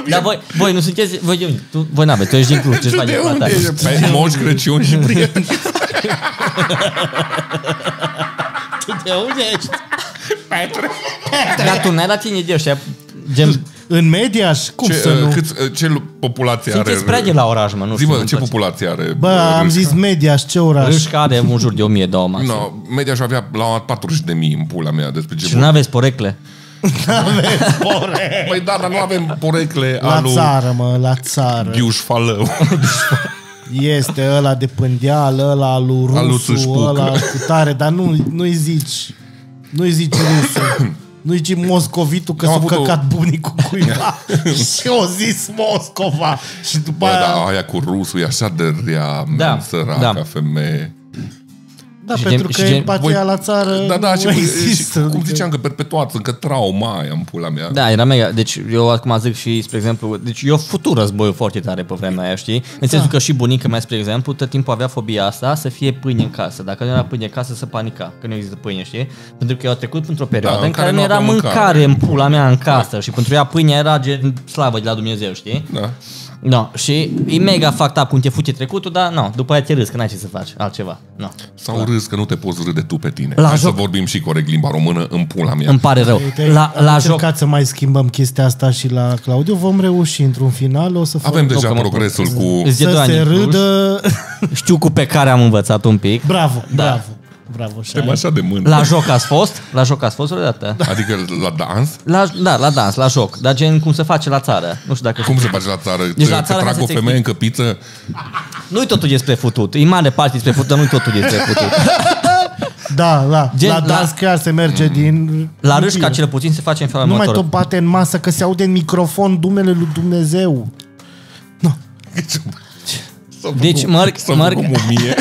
[SPEAKER 3] Dar voi, voi nu sunteți, voi, eu- tu, voi n-aveți, tu ești din Cluj, ce faci
[SPEAKER 1] De
[SPEAKER 3] cu
[SPEAKER 1] unde
[SPEAKER 3] ta?
[SPEAKER 1] e? Pe Moș Crăciun și prieteni.
[SPEAKER 2] De unde ești?
[SPEAKER 1] Petre.
[SPEAKER 3] Dar tu n-ai la tine de ăștia, gen
[SPEAKER 2] În mediaș? Cum
[SPEAKER 1] Ce,
[SPEAKER 2] să nu?
[SPEAKER 1] uh, cât, uh, ce lu- populație
[SPEAKER 3] Sunteți
[SPEAKER 1] are?
[SPEAKER 3] prea de la oraș, mă, nu știu.
[SPEAKER 1] Zi-mă,
[SPEAKER 3] îmi
[SPEAKER 1] ce
[SPEAKER 3] place.
[SPEAKER 1] populație are?
[SPEAKER 2] Bă, am
[SPEAKER 1] Râșca?
[SPEAKER 2] zis mediaș, ce oraș?
[SPEAKER 3] Râșca are în jur de 1000 de oameni.
[SPEAKER 1] No, media și avea la un moment dat 40 de mii în pula mea despre ce
[SPEAKER 3] Și nu aveți porecle?
[SPEAKER 1] Păi da, dar nu avem porecle
[SPEAKER 2] La
[SPEAKER 1] alu
[SPEAKER 2] țară, mă, la țară.
[SPEAKER 1] Ghiuș Falău.
[SPEAKER 2] Este ăla de pândeal, ăla lui
[SPEAKER 1] lui
[SPEAKER 2] rusul,
[SPEAKER 1] Țâșpuc.
[SPEAKER 2] ăla cu tare, dar nu, nu-i zici, nu-i zici rusul. Nu-i zici moscovitul că
[SPEAKER 1] Am
[SPEAKER 2] s-a
[SPEAKER 1] avut o-
[SPEAKER 2] căcat bunicul cuiva și o zis Moscova. Și după
[SPEAKER 1] Bă,
[SPEAKER 2] aia...
[SPEAKER 1] da, aia cu rusul e așa de rea,
[SPEAKER 3] Da,
[SPEAKER 1] da, săraca
[SPEAKER 3] da.
[SPEAKER 1] da. femeie.
[SPEAKER 2] Da,
[SPEAKER 3] Și
[SPEAKER 2] pentru
[SPEAKER 3] gen-
[SPEAKER 2] că
[SPEAKER 3] și gen-
[SPEAKER 2] empatia
[SPEAKER 1] voi-
[SPEAKER 2] la țară
[SPEAKER 1] Da, da,
[SPEAKER 2] nu
[SPEAKER 1] și,
[SPEAKER 2] există.
[SPEAKER 1] și cum
[SPEAKER 2] adică-
[SPEAKER 1] ziceam că perpetuați, încă trauma aia în pula mea.
[SPEAKER 3] Da, era mega. Deci eu acum zic și, spre exemplu, deci eu futu războiul foarte tare pe vremea aia, știi? În sensul că și bunica mea, spre exemplu, tot timpul avea fobia asta să fie pâine în casă. Dacă nu era pâine în casă, să panica, că nu există pâine, știi? Pentru că eu a trecut printr-o perioadă da, în care, nu era
[SPEAKER 1] aveam
[SPEAKER 3] mâncare,
[SPEAKER 1] mâncare.
[SPEAKER 3] mâncare în pula mea în casă și pentru ea pâinea era gen slavă de la Dumnezeu, știi?
[SPEAKER 1] Da.
[SPEAKER 3] No, și e mega fucked up cum te fute trecutul, dar no, după aia te râzi, că n-ai ce să faci altceva. No.
[SPEAKER 1] Sau râs că nu te poți râde tu pe tine.
[SPEAKER 3] Da. La
[SPEAKER 1] La Hai
[SPEAKER 3] joc-
[SPEAKER 1] să vorbim și corect limba română în pula mea.
[SPEAKER 3] Îmi pare rău.
[SPEAKER 2] Uite,
[SPEAKER 3] La,
[SPEAKER 2] am
[SPEAKER 3] la joc,
[SPEAKER 2] încercat să mai schimbăm chestia asta și la Claudiu. Vom reuși într-un final. O să
[SPEAKER 1] Avem
[SPEAKER 2] fac-
[SPEAKER 1] deja
[SPEAKER 3] că mă-
[SPEAKER 1] progresul cu...
[SPEAKER 3] Îți de doi
[SPEAKER 2] să
[SPEAKER 3] ani
[SPEAKER 2] se
[SPEAKER 3] în Cluj.
[SPEAKER 2] râdă.
[SPEAKER 3] știu cu pe care am învățat un pic.
[SPEAKER 2] bravo,
[SPEAKER 3] Da.
[SPEAKER 2] bravo, bravo. și
[SPEAKER 1] Suntem
[SPEAKER 2] ai-
[SPEAKER 1] așa de mână.
[SPEAKER 3] La joc ați fost? La joc ați fost vreodată?
[SPEAKER 1] Adică la dans?
[SPEAKER 3] La, da, la dans, la joc. Dar gen cum se face la țară. Nu știu dacă...
[SPEAKER 1] Cum se face la țară?
[SPEAKER 3] Deci la
[SPEAKER 1] Te- te
[SPEAKER 3] țară, ca
[SPEAKER 1] trag
[SPEAKER 3] să
[SPEAKER 1] o
[SPEAKER 3] te
[SPEAKER 1] femeie în căpiță?
[SPEAKER 3] Nu-i totul despre futut. E mare parte despre futut, dar nu-i totul despre futut.
[SPEAKER 2] Da, da.
[SPEAKER 3] Gen,
[SPEAKER 2] la
[SPEAKER 3] la- Mm.
[SPEAKER 2] dans chiar se merge din...
[SPEAKER 3] La
[SPEAKER 2] din
[SPEAKER 3] râșca
[SPEAKER 2] bine.
[SPEAKER 3] cel puțin se face în felul
[SPEAKER 2] Nu mai
[SPEAKER 3] următor.
[SPEAKER 2] tot bate în masă că se aude în microfon dumele lui Dumnezeu.
[SPEAKER 1] S-a
[SPEAKER 3] Deci,
[SPEAKER 1] făcut-
[SPEAKER 3] Marc-
[SPEAKER 1] s-a
[SPEAKER 3] Marc-
[SPEAKER 1] făcut mumie.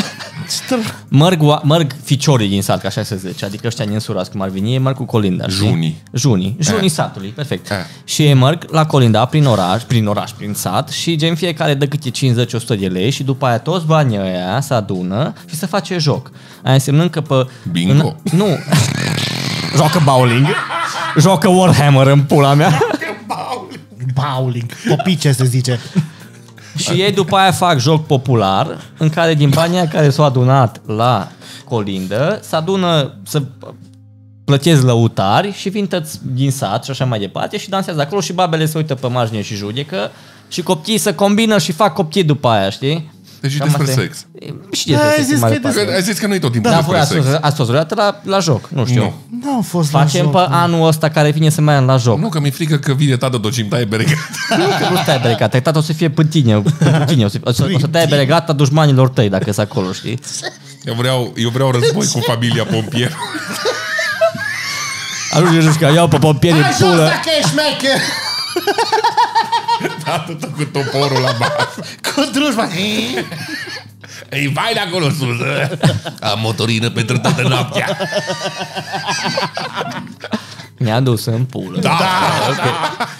[SPEAKER 3] Mărg, oa- mărg ficiorii din sat, ca așa se zice, adică ăștia nensurați cum ar veni, ei mărg cu colinda. știi?
[SPEAKER 1] Junii.
[SPEAKER 3] Junii, junii satului, perfect.
[SPEAKER 1] Eh.
[SPEAKER 3] Și ei mărg la colinda prin oraș, prin oraș, prin sat și gen fiecare dă câte 50-100 de lei și după aia toți banii ăia se adună și se face joc. Aia însemnând că pe...
[SPEAKER 1] Bingo.
[SPEAKER 3] În, nu. Joacă bowling. Joacă Warhammer în pula mea.
[SPEAKER 2] Bowling. Copii ce se zice.
[SPEAKER 3] Și ei după aia fac joc popular în care din banii aia care s-au adunat la colindă, se adună să plătesc lăutari și vin tăți din sat și așa mai departe și dansează acolo și babele se uită pe margine și judecă și copiii se combină și fac copii după aia, știi?
[SPEAKER 1] Deci și
[SPEAKER 3] Cam
[SPEAKER 1] despre
[SPEAKER 3] asta e.
[SPEAKER 1] sex.
[SPEAKER 3] E, Și despre
[SPEAKER 2] Da, Ai
[SPEAKER 3] sex.
[SPEAKER 2] zis că
[SPEAKER 3] mai
[SPEAKER 2] e
[SPEAKER 3] departe.
[SPEAKER 1] Că Ai zis că nu e tot timpul
[SPEAKER 3] Da, voi
[SPEAKER 1] despre
[SPEAKER 3] ați
[SPEAKER 1] sex.
[SPEAKER 3] fost, ați fost vreodată la, la joc, nu știu.
[SPEAKER 1] Păi, Nu.
[SPEAKER 2] Nu am fost
[SPEAKER 3] Facem
[SPEAKER 2] la joc.
[SPEAKER 3] pe anul ăsta care vine să mai am la joc.
[SPEAKER 1] Nu, că mi-e frică că vine tată docim, taie beregat.
[SPEAKER 3] Nu, că nu stai beregata, tata o să fie pântine, pântine o să, o să, o să dai beregata dușmanilor tăi dacă e acolo, știi?
[SPEAKER 1] Eu vreau, eu vreau război cu familia pompier.
[SPEAKER 3] Ajunge că iau pe pompieri în
[SPEAKER 2] Jos
[SPEAKER 3] pulă.
[SPEAKER 2] dacă ești mecher!
[SPEAKER 1] Atât Da, cu toporul la masă.
[SPEAKER 2] Cu drujba.
[SPEAKER 1] Ei, vai de acolo sus. ă. Am motorină pentru toată noaptea.
[SPEAKER 3] Mi-a dus în pulă.
[SPEAKER 1] Da,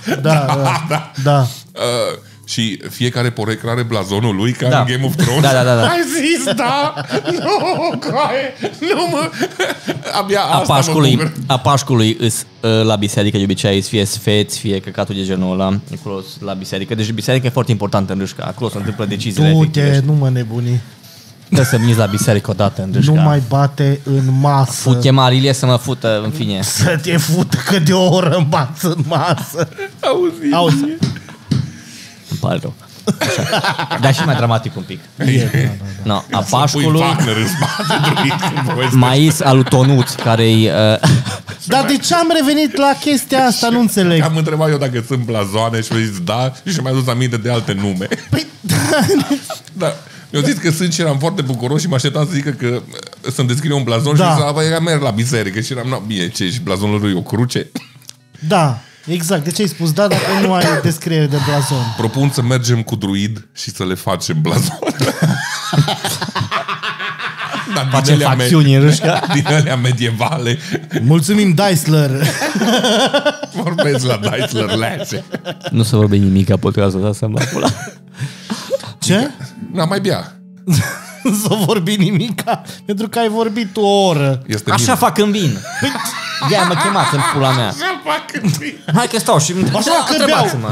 [SPEAKER 1] da.
[SPEAKER 2] Da, da, da.
[SPEAKER 1] Uh, și fiecare porecl are blazonul lui ca
[SPEAKER 3] Da.
[SPEAKER 1] da. în Game of Thrones.
[SPEAKER 3] Da, da, da, da.
[SPEAKER 1] Ai zis, da! Nu, coaie! Nu mă... Abia
[SPEAKER 3] A
[SPEAKER 1] asta mă
[SPEAKER 3] Pașcului,
[SPEAKER 1] bucur.
[SPEAKER 3] a Pașcului îs, uh, la biserică de obicei îs fie sfeți, fie căcatul de genul ăla, acolo îs la biserică. Deci biserica e foarte importantă în Râșca, acolo se întâmplă deciziile
[SPEAKER 2] Du-te,
[SPEAKER 3] efective.
[SPEAKER 2] nu mă nebuni.
[SPEAKER 3] Trebuie să veniți la biserică odată în Râșca.
[SPEAKER 2] Nu mai bate în masă.
[SPEAKER 3] Fut, chem Arilie să mă fută, în fine.
[SPEAKER 2] Să te fută că de o oră îmi bați în masă.
[SPEAKER 1] Auzi.
[SPEAKER 2] Auzi,
[SPEAKER 3] Păi, Îmi pare rău. Așa. Dar și mai dramatic un pic. No, a
[SPEAKER 1] Pui
[SPEAKER 3] Pașcului...
[SPEAKER 1] Wagner în spate, druid, când povestești.
[SPEAKER 3] Mais al lui Tonuț, care uh,
[SPEAKER 2] dar de ce am revenit la chestia asta?
[SPEAKER 3] păi,
[SPEAKER 2] Nu înțeleg.
[SPEAKER 1] Am întrebat eu dacă sunt blazoane și mi-a zis da și mi-a adus aminte de alte nume.
[SPEAKER 2] Păi,
[SPEAKER 1] Da. Mi-au zis că sunt și eram foarte bucuros și mă așteptam să zică că uh, să-mi descrie un blazon
[SPEAKER 2] Da.
[SPEAKER 1] da. și să băi, merg la biserică și eram, na, bine, ce, și blazonul lui e o cruce?
[SPEAKER 2] Da, exact. De ce ai spus da dacă nu ai descriere de blazon?
[SPEAKER 1] Propun să mergem cu druid și să le facem blazon. Dar
[SPEAKER 3] face
[SPEAKER 1] alea me-
[SPEAKER 3] facțiuni în râșca.
[SPEAKER 1] din alea medievale
[SPEAKER 2] Mulțumim, Dysler!
[SPEAKER 1] vorbesc la Dysler Lace.
[SPEAKER 3] Nu să vorbe nimic a podcastul ăsta, să mă pula.
[SPEAKER 2] Ce?
[SPEAKER 1] Na, mai bea.
[SPEAKER 2] Nu s-a vorbit nimica, pentru că ai vorbit o oră.
[SPEAKER 1] Este
[SPEAKER 3] Așa
[SPEAKER 1] bine.
[SPEAKER 3] fac când vin.
[SPEAKER 2] Păi,
[SPEAKER 3] De-aia mă chemați în pula mea.
[SPEAKER 1] Așa fac în
[SPEAKER 3] Hai că stau și... Da,
[SPEAKER 2] Așa că
[SPEAKER 3] întrebați-mă.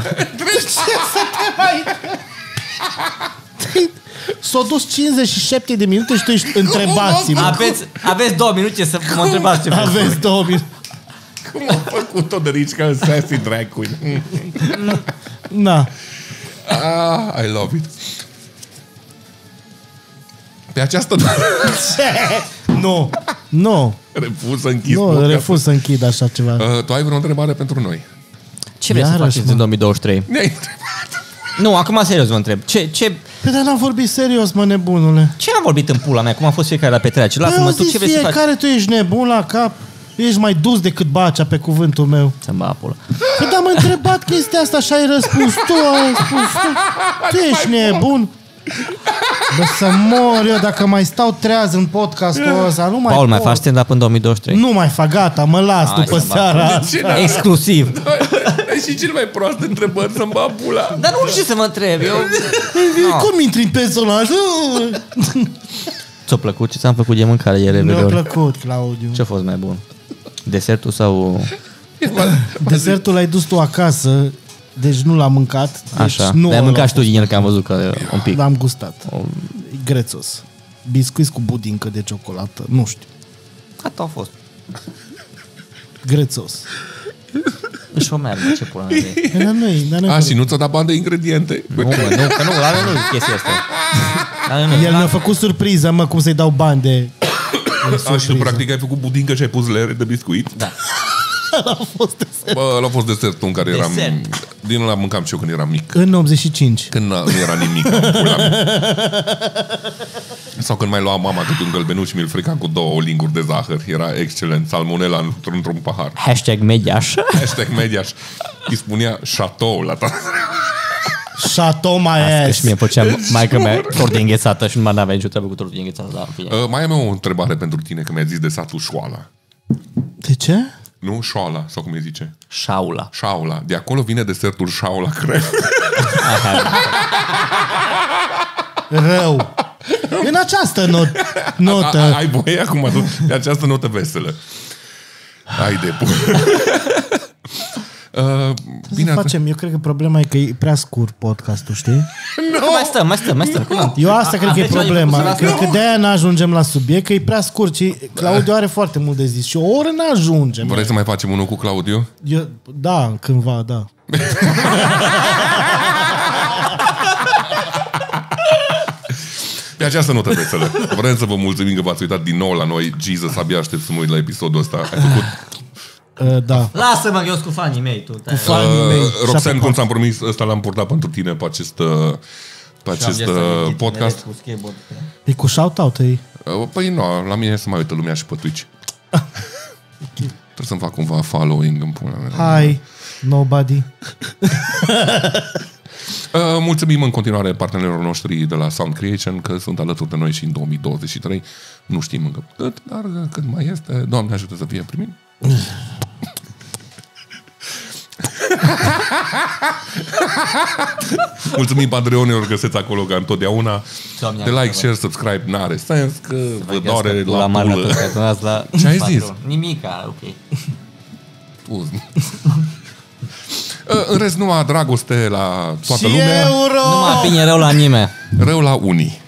[SPEAKER 2] S-au dus 57 de minute și tu ești întrebați-mă.
[SPEAKER 3] Aveți, aveți două minute să mă întrebați ce vreți.
[SPEAKER 2] Aveți două minute.
[SPEAKER 1] Cum a făcut-o de rici ca în sassy drag queen. Mm.
[SPEAKER 2] Da.
[SPEAKER 1] Ah, I love it. Pe această dată
[SPEAKER 2] Nu. Nu.
[SPEAKER 1] refuz să închis.
[SPEAKER 2] Nu,
[SPEAKER 1] podcastul.
[SPEAKER 2] refuz să închid așa ceva.
[SPEAKER 1] Uh, tu ai vreo întrebare pentru noi?
[SPEAKER 3] Ce vrei să
[SPEAKER 2] Iarăși,
[SPEAKER 3] faceți
[SPEAKER 2] mă.
[SPEAKER 3] în 2023?
[SPEAKER 1] Ne-ai întrebat.
[SPEAKER 3] Nu, acum serios vă întreb. Ce, ce,
[SPEAKER 2] Păi dar n-am vorbit serios, mă, nebunule.
[SPEAKER 3] ce am vorbit în pula mea? Cum a fost fiecare la petrecere?
[SPEAKER 2] Păi au
[SPEAKER 3] Lasă-mă, tu
[SPEAKER 2] zis
[SPEAKER 3] ce vrei să faci?
[SPEAKER 2] fiecare, tu ești nebun la cap. Ești mai dus decât bacea pe cuvântul meu.
[SPEAKER 3] Să-mi bag pula.
[SPEAKER 2] Păi dar am întrebat chestia asta și ai răspuns tu, ai răspuns tu. Tu ești nebun. Bă, să mor eu dacă mai stau treaz în podcastul ăsta. Nu mai
[SPEAKER 3] Paul, mai
[SPEAKER 2] pot.
[SPEAKER 3] faci stand-up în 2023?
[SPEAKER 2] Nu mai fac, gata, mă las
[SPEAKER 3] Hai
[SPEAKER 2] după
[SPEAKER 3] să mă- Da.
[SPEAKER 2] seara
[SPEAKER 1] De
[SPEAKER 2] asta.
[SPEAKER 1] ce n-am-
[SPEAKER 3] Exclusiv.
[SPEAKER 1] Ai și cel mai prost întrebări să-mi bag pula.
[SPEAKER 3] Dar nu știu ce să mă întreb. Eu...
[SPEAKER 2] No. Cum intri în personaj?
[SPEAKER 3] Ți-a plăcut ce ți-am făcut de mâncare ieri?
[SPEAKER 2] Mi-a
[SPEAKER 3] Revelion?
[SPEAKER 2] plăcut, Claudiu.
[SPEAKER 3] Ce a fost mai bun? Desertul sau...
[SPEAKER 2] Deci Desertul l-ai dus tu acasă, deci nu l-am mâncat. Deci
[SPEAKER 3] Așa.
[SPEAKER 2] nu
[SPEAKER 3] Dar ai
[SPEAKER 2] ăla. Da.
[SPEAKER 3] mâncat și tu din el, că am văzut că e un pic.
[SPEAKER 2] L-am gustat. E grețos. Biscuiți cu budincă de ciocolată, nu știu.
[SPEAKER 3] Atât a fost.
[SPEAKER 2] Grețos.
[SPEAKER 3] Își o merg, ce pula mea e.
[SPEAKER 2] Dar nu-i, dar nu-i
[SPEAKER 1] A, Ah, și nu ți-a dat bani de ingrediente.
[SPEAKER 3] Nu, mă, nu, că nu, la noi nu e chestia asta. La noi nu.
[SPEAKER 2] El mi-a făcut surpriză, mă, cum să-i dau bani de...
[SPEAKER 1] A, Ah, și tu practic ai făcut budincă și ai pus lere de biscuit.
[SPEAKER 3] Da.
[SPEAKER 2] A fost desert.
[SPEAKER 1] Bă, ăla a fost desertul în care eram...
[SPEAKER 3] Desert.
[SPEAKER 1] Din ăla mâncam și eu când eram mic.
[SPEAKER 2] În 85.
[SPEAKER 1] Când n- nu era nimic, în pula mea. Sau când mai lua mama cât un gălbenuș și mi-l frica cu două linguri de zahăr. Era excelent. Salmonela într- într-un pahar.
[SPEAKER 3] Hashtag mediaș.
[SPEAKER 1] Hashtag mediaș. Îi spunea chateau la ta.
[SPEAKER 2] Chateau
[SPEAKER 3] Că
[SPEAKER 2] Maes.
[SPEAKER 3] și mie făcea maică mea tort de înghețată și nu mai avea nicio treabă cu tortul de înghețată, dar în fine.
[SPEAKER 1] Uh, Mai am eu o întrebare pentru tine, că mi-ai zis de satul Șoala.
[SPEAKER 2] De ce?
[SPEAKER 1] Nu? Șoala, sau cum îi zice?
[SPEAKER 3] Șaula.
[SPEAKER 1] Șaula. De acolo vine desertul Șaula, cred.
[SPEAKER 3] Hai, hai, hai.
[SPEAKER 2] Rău. În această not- notă.
[SPEAKER 1] A, a, ai voie acum tu, pe această notă veselă. Ai de pun. Uh,
[SPEAKER 2] Bine,
[SPEAKER 1] bine,
[SPEAKER 2] să
[SPEAKER 1] atunci.
[SPEAKER 2] facem? Eu cred că problema e că e prea scurt podcastul, știi?
[SPEAKER 3] Mai stăm, mai stăm, mai stăm. cum am?
[SPEAKER 2] Eu asta cred că e
[SPEAKER 1] deci
[SPEAKER 3] aveți oameni cu
[SPEAKER 2] problema.
[SPEAKER 3] săracă?
[SPEAKER 2] Cred că de-aia n-ajungem la subiect, că e prea scurt și Claudiu are foarte mult de zis și o oră n-ajungem.
[SPEAKER 1] Vrei să mai facem unul cu Claudiu?
[SPEAKER 2] Eu, da, cândva, da.
[SPEAKER 1] Pe această notă veselă. Vrem să vă mulțumim că v-ați uitat din nou la noi. Jesus, abia aștept să mă uit la episodul ăsta. Ai făcut,
[SPEAKER 2] Uh, da.
[SPEAKER 3] Lasă-mă, eu sunt cu fanii mei, tu. te-
[SPEAKER 2] Fanii Da, mei.
[SPEAKER 1] uh, Roxanne,
[SPEAKER 2] Și-a
[SPEAKER 1] cum ți-am promis, ăsta l-am purtat pentru tine pe acest, uh, pe
[SPEAKER 3] Și am
[SPEAKER 1] acest
[SPEAKER 3] gestat
[SPEAKER 1] uh,
[SPEAKER 3] din
[SPEAKER 1] podcast.
[SPEAKER 3] tineret cu skateboard.
[SPEAKER 2] E cu shout-out ei.
[SPEAKER 1] Uh, Păi nu, la mine se mai uită lumea și pe Twitch. Trebuie să-mi fac cumva following în pula mea.
[SPEAKER 2] Hi, nobody.
[SPEAKER 1] Uh, Mulțumim în continuare partenerilor noștri de la Sound Creation că sunt alături de noi și în 2023. Nu știm încă cât, dar uh, cât mai este. Doamne ajută să fie primit. Mulțumim Patreonilor, găseți acolo ca întotdeauna.
[SPEAKER 3] Doamne
[SPEAKER 1] de
[SPEAKER 3] ajută,
[SPEAKER 1] like, share, subscribe, n-are sens că vă doare
[SPEAKER 3] Ghească,
[SPEAKER 1] la
[SPEAKER 3] mare,
[SPEAKER 1] pulă.
[SPEAKER 3] la tot, că ați la...
[SPEAKER 1] Ce ai
[SPEAKER 3] Patron.
[SPEAKER 1] zis?
[SPEAKER 3] Nimica, ok.
[SPEAKER 1] Uz. Uh, În rest, numai dragoste la toată
[SPEAKER 2] și
[SPEAKER 1] lumea,
[SPEAKER 2] euro!
[SPEAKER 3] Nu mă apine rău la nimeni.
[SPEAKER 1] rău la unii.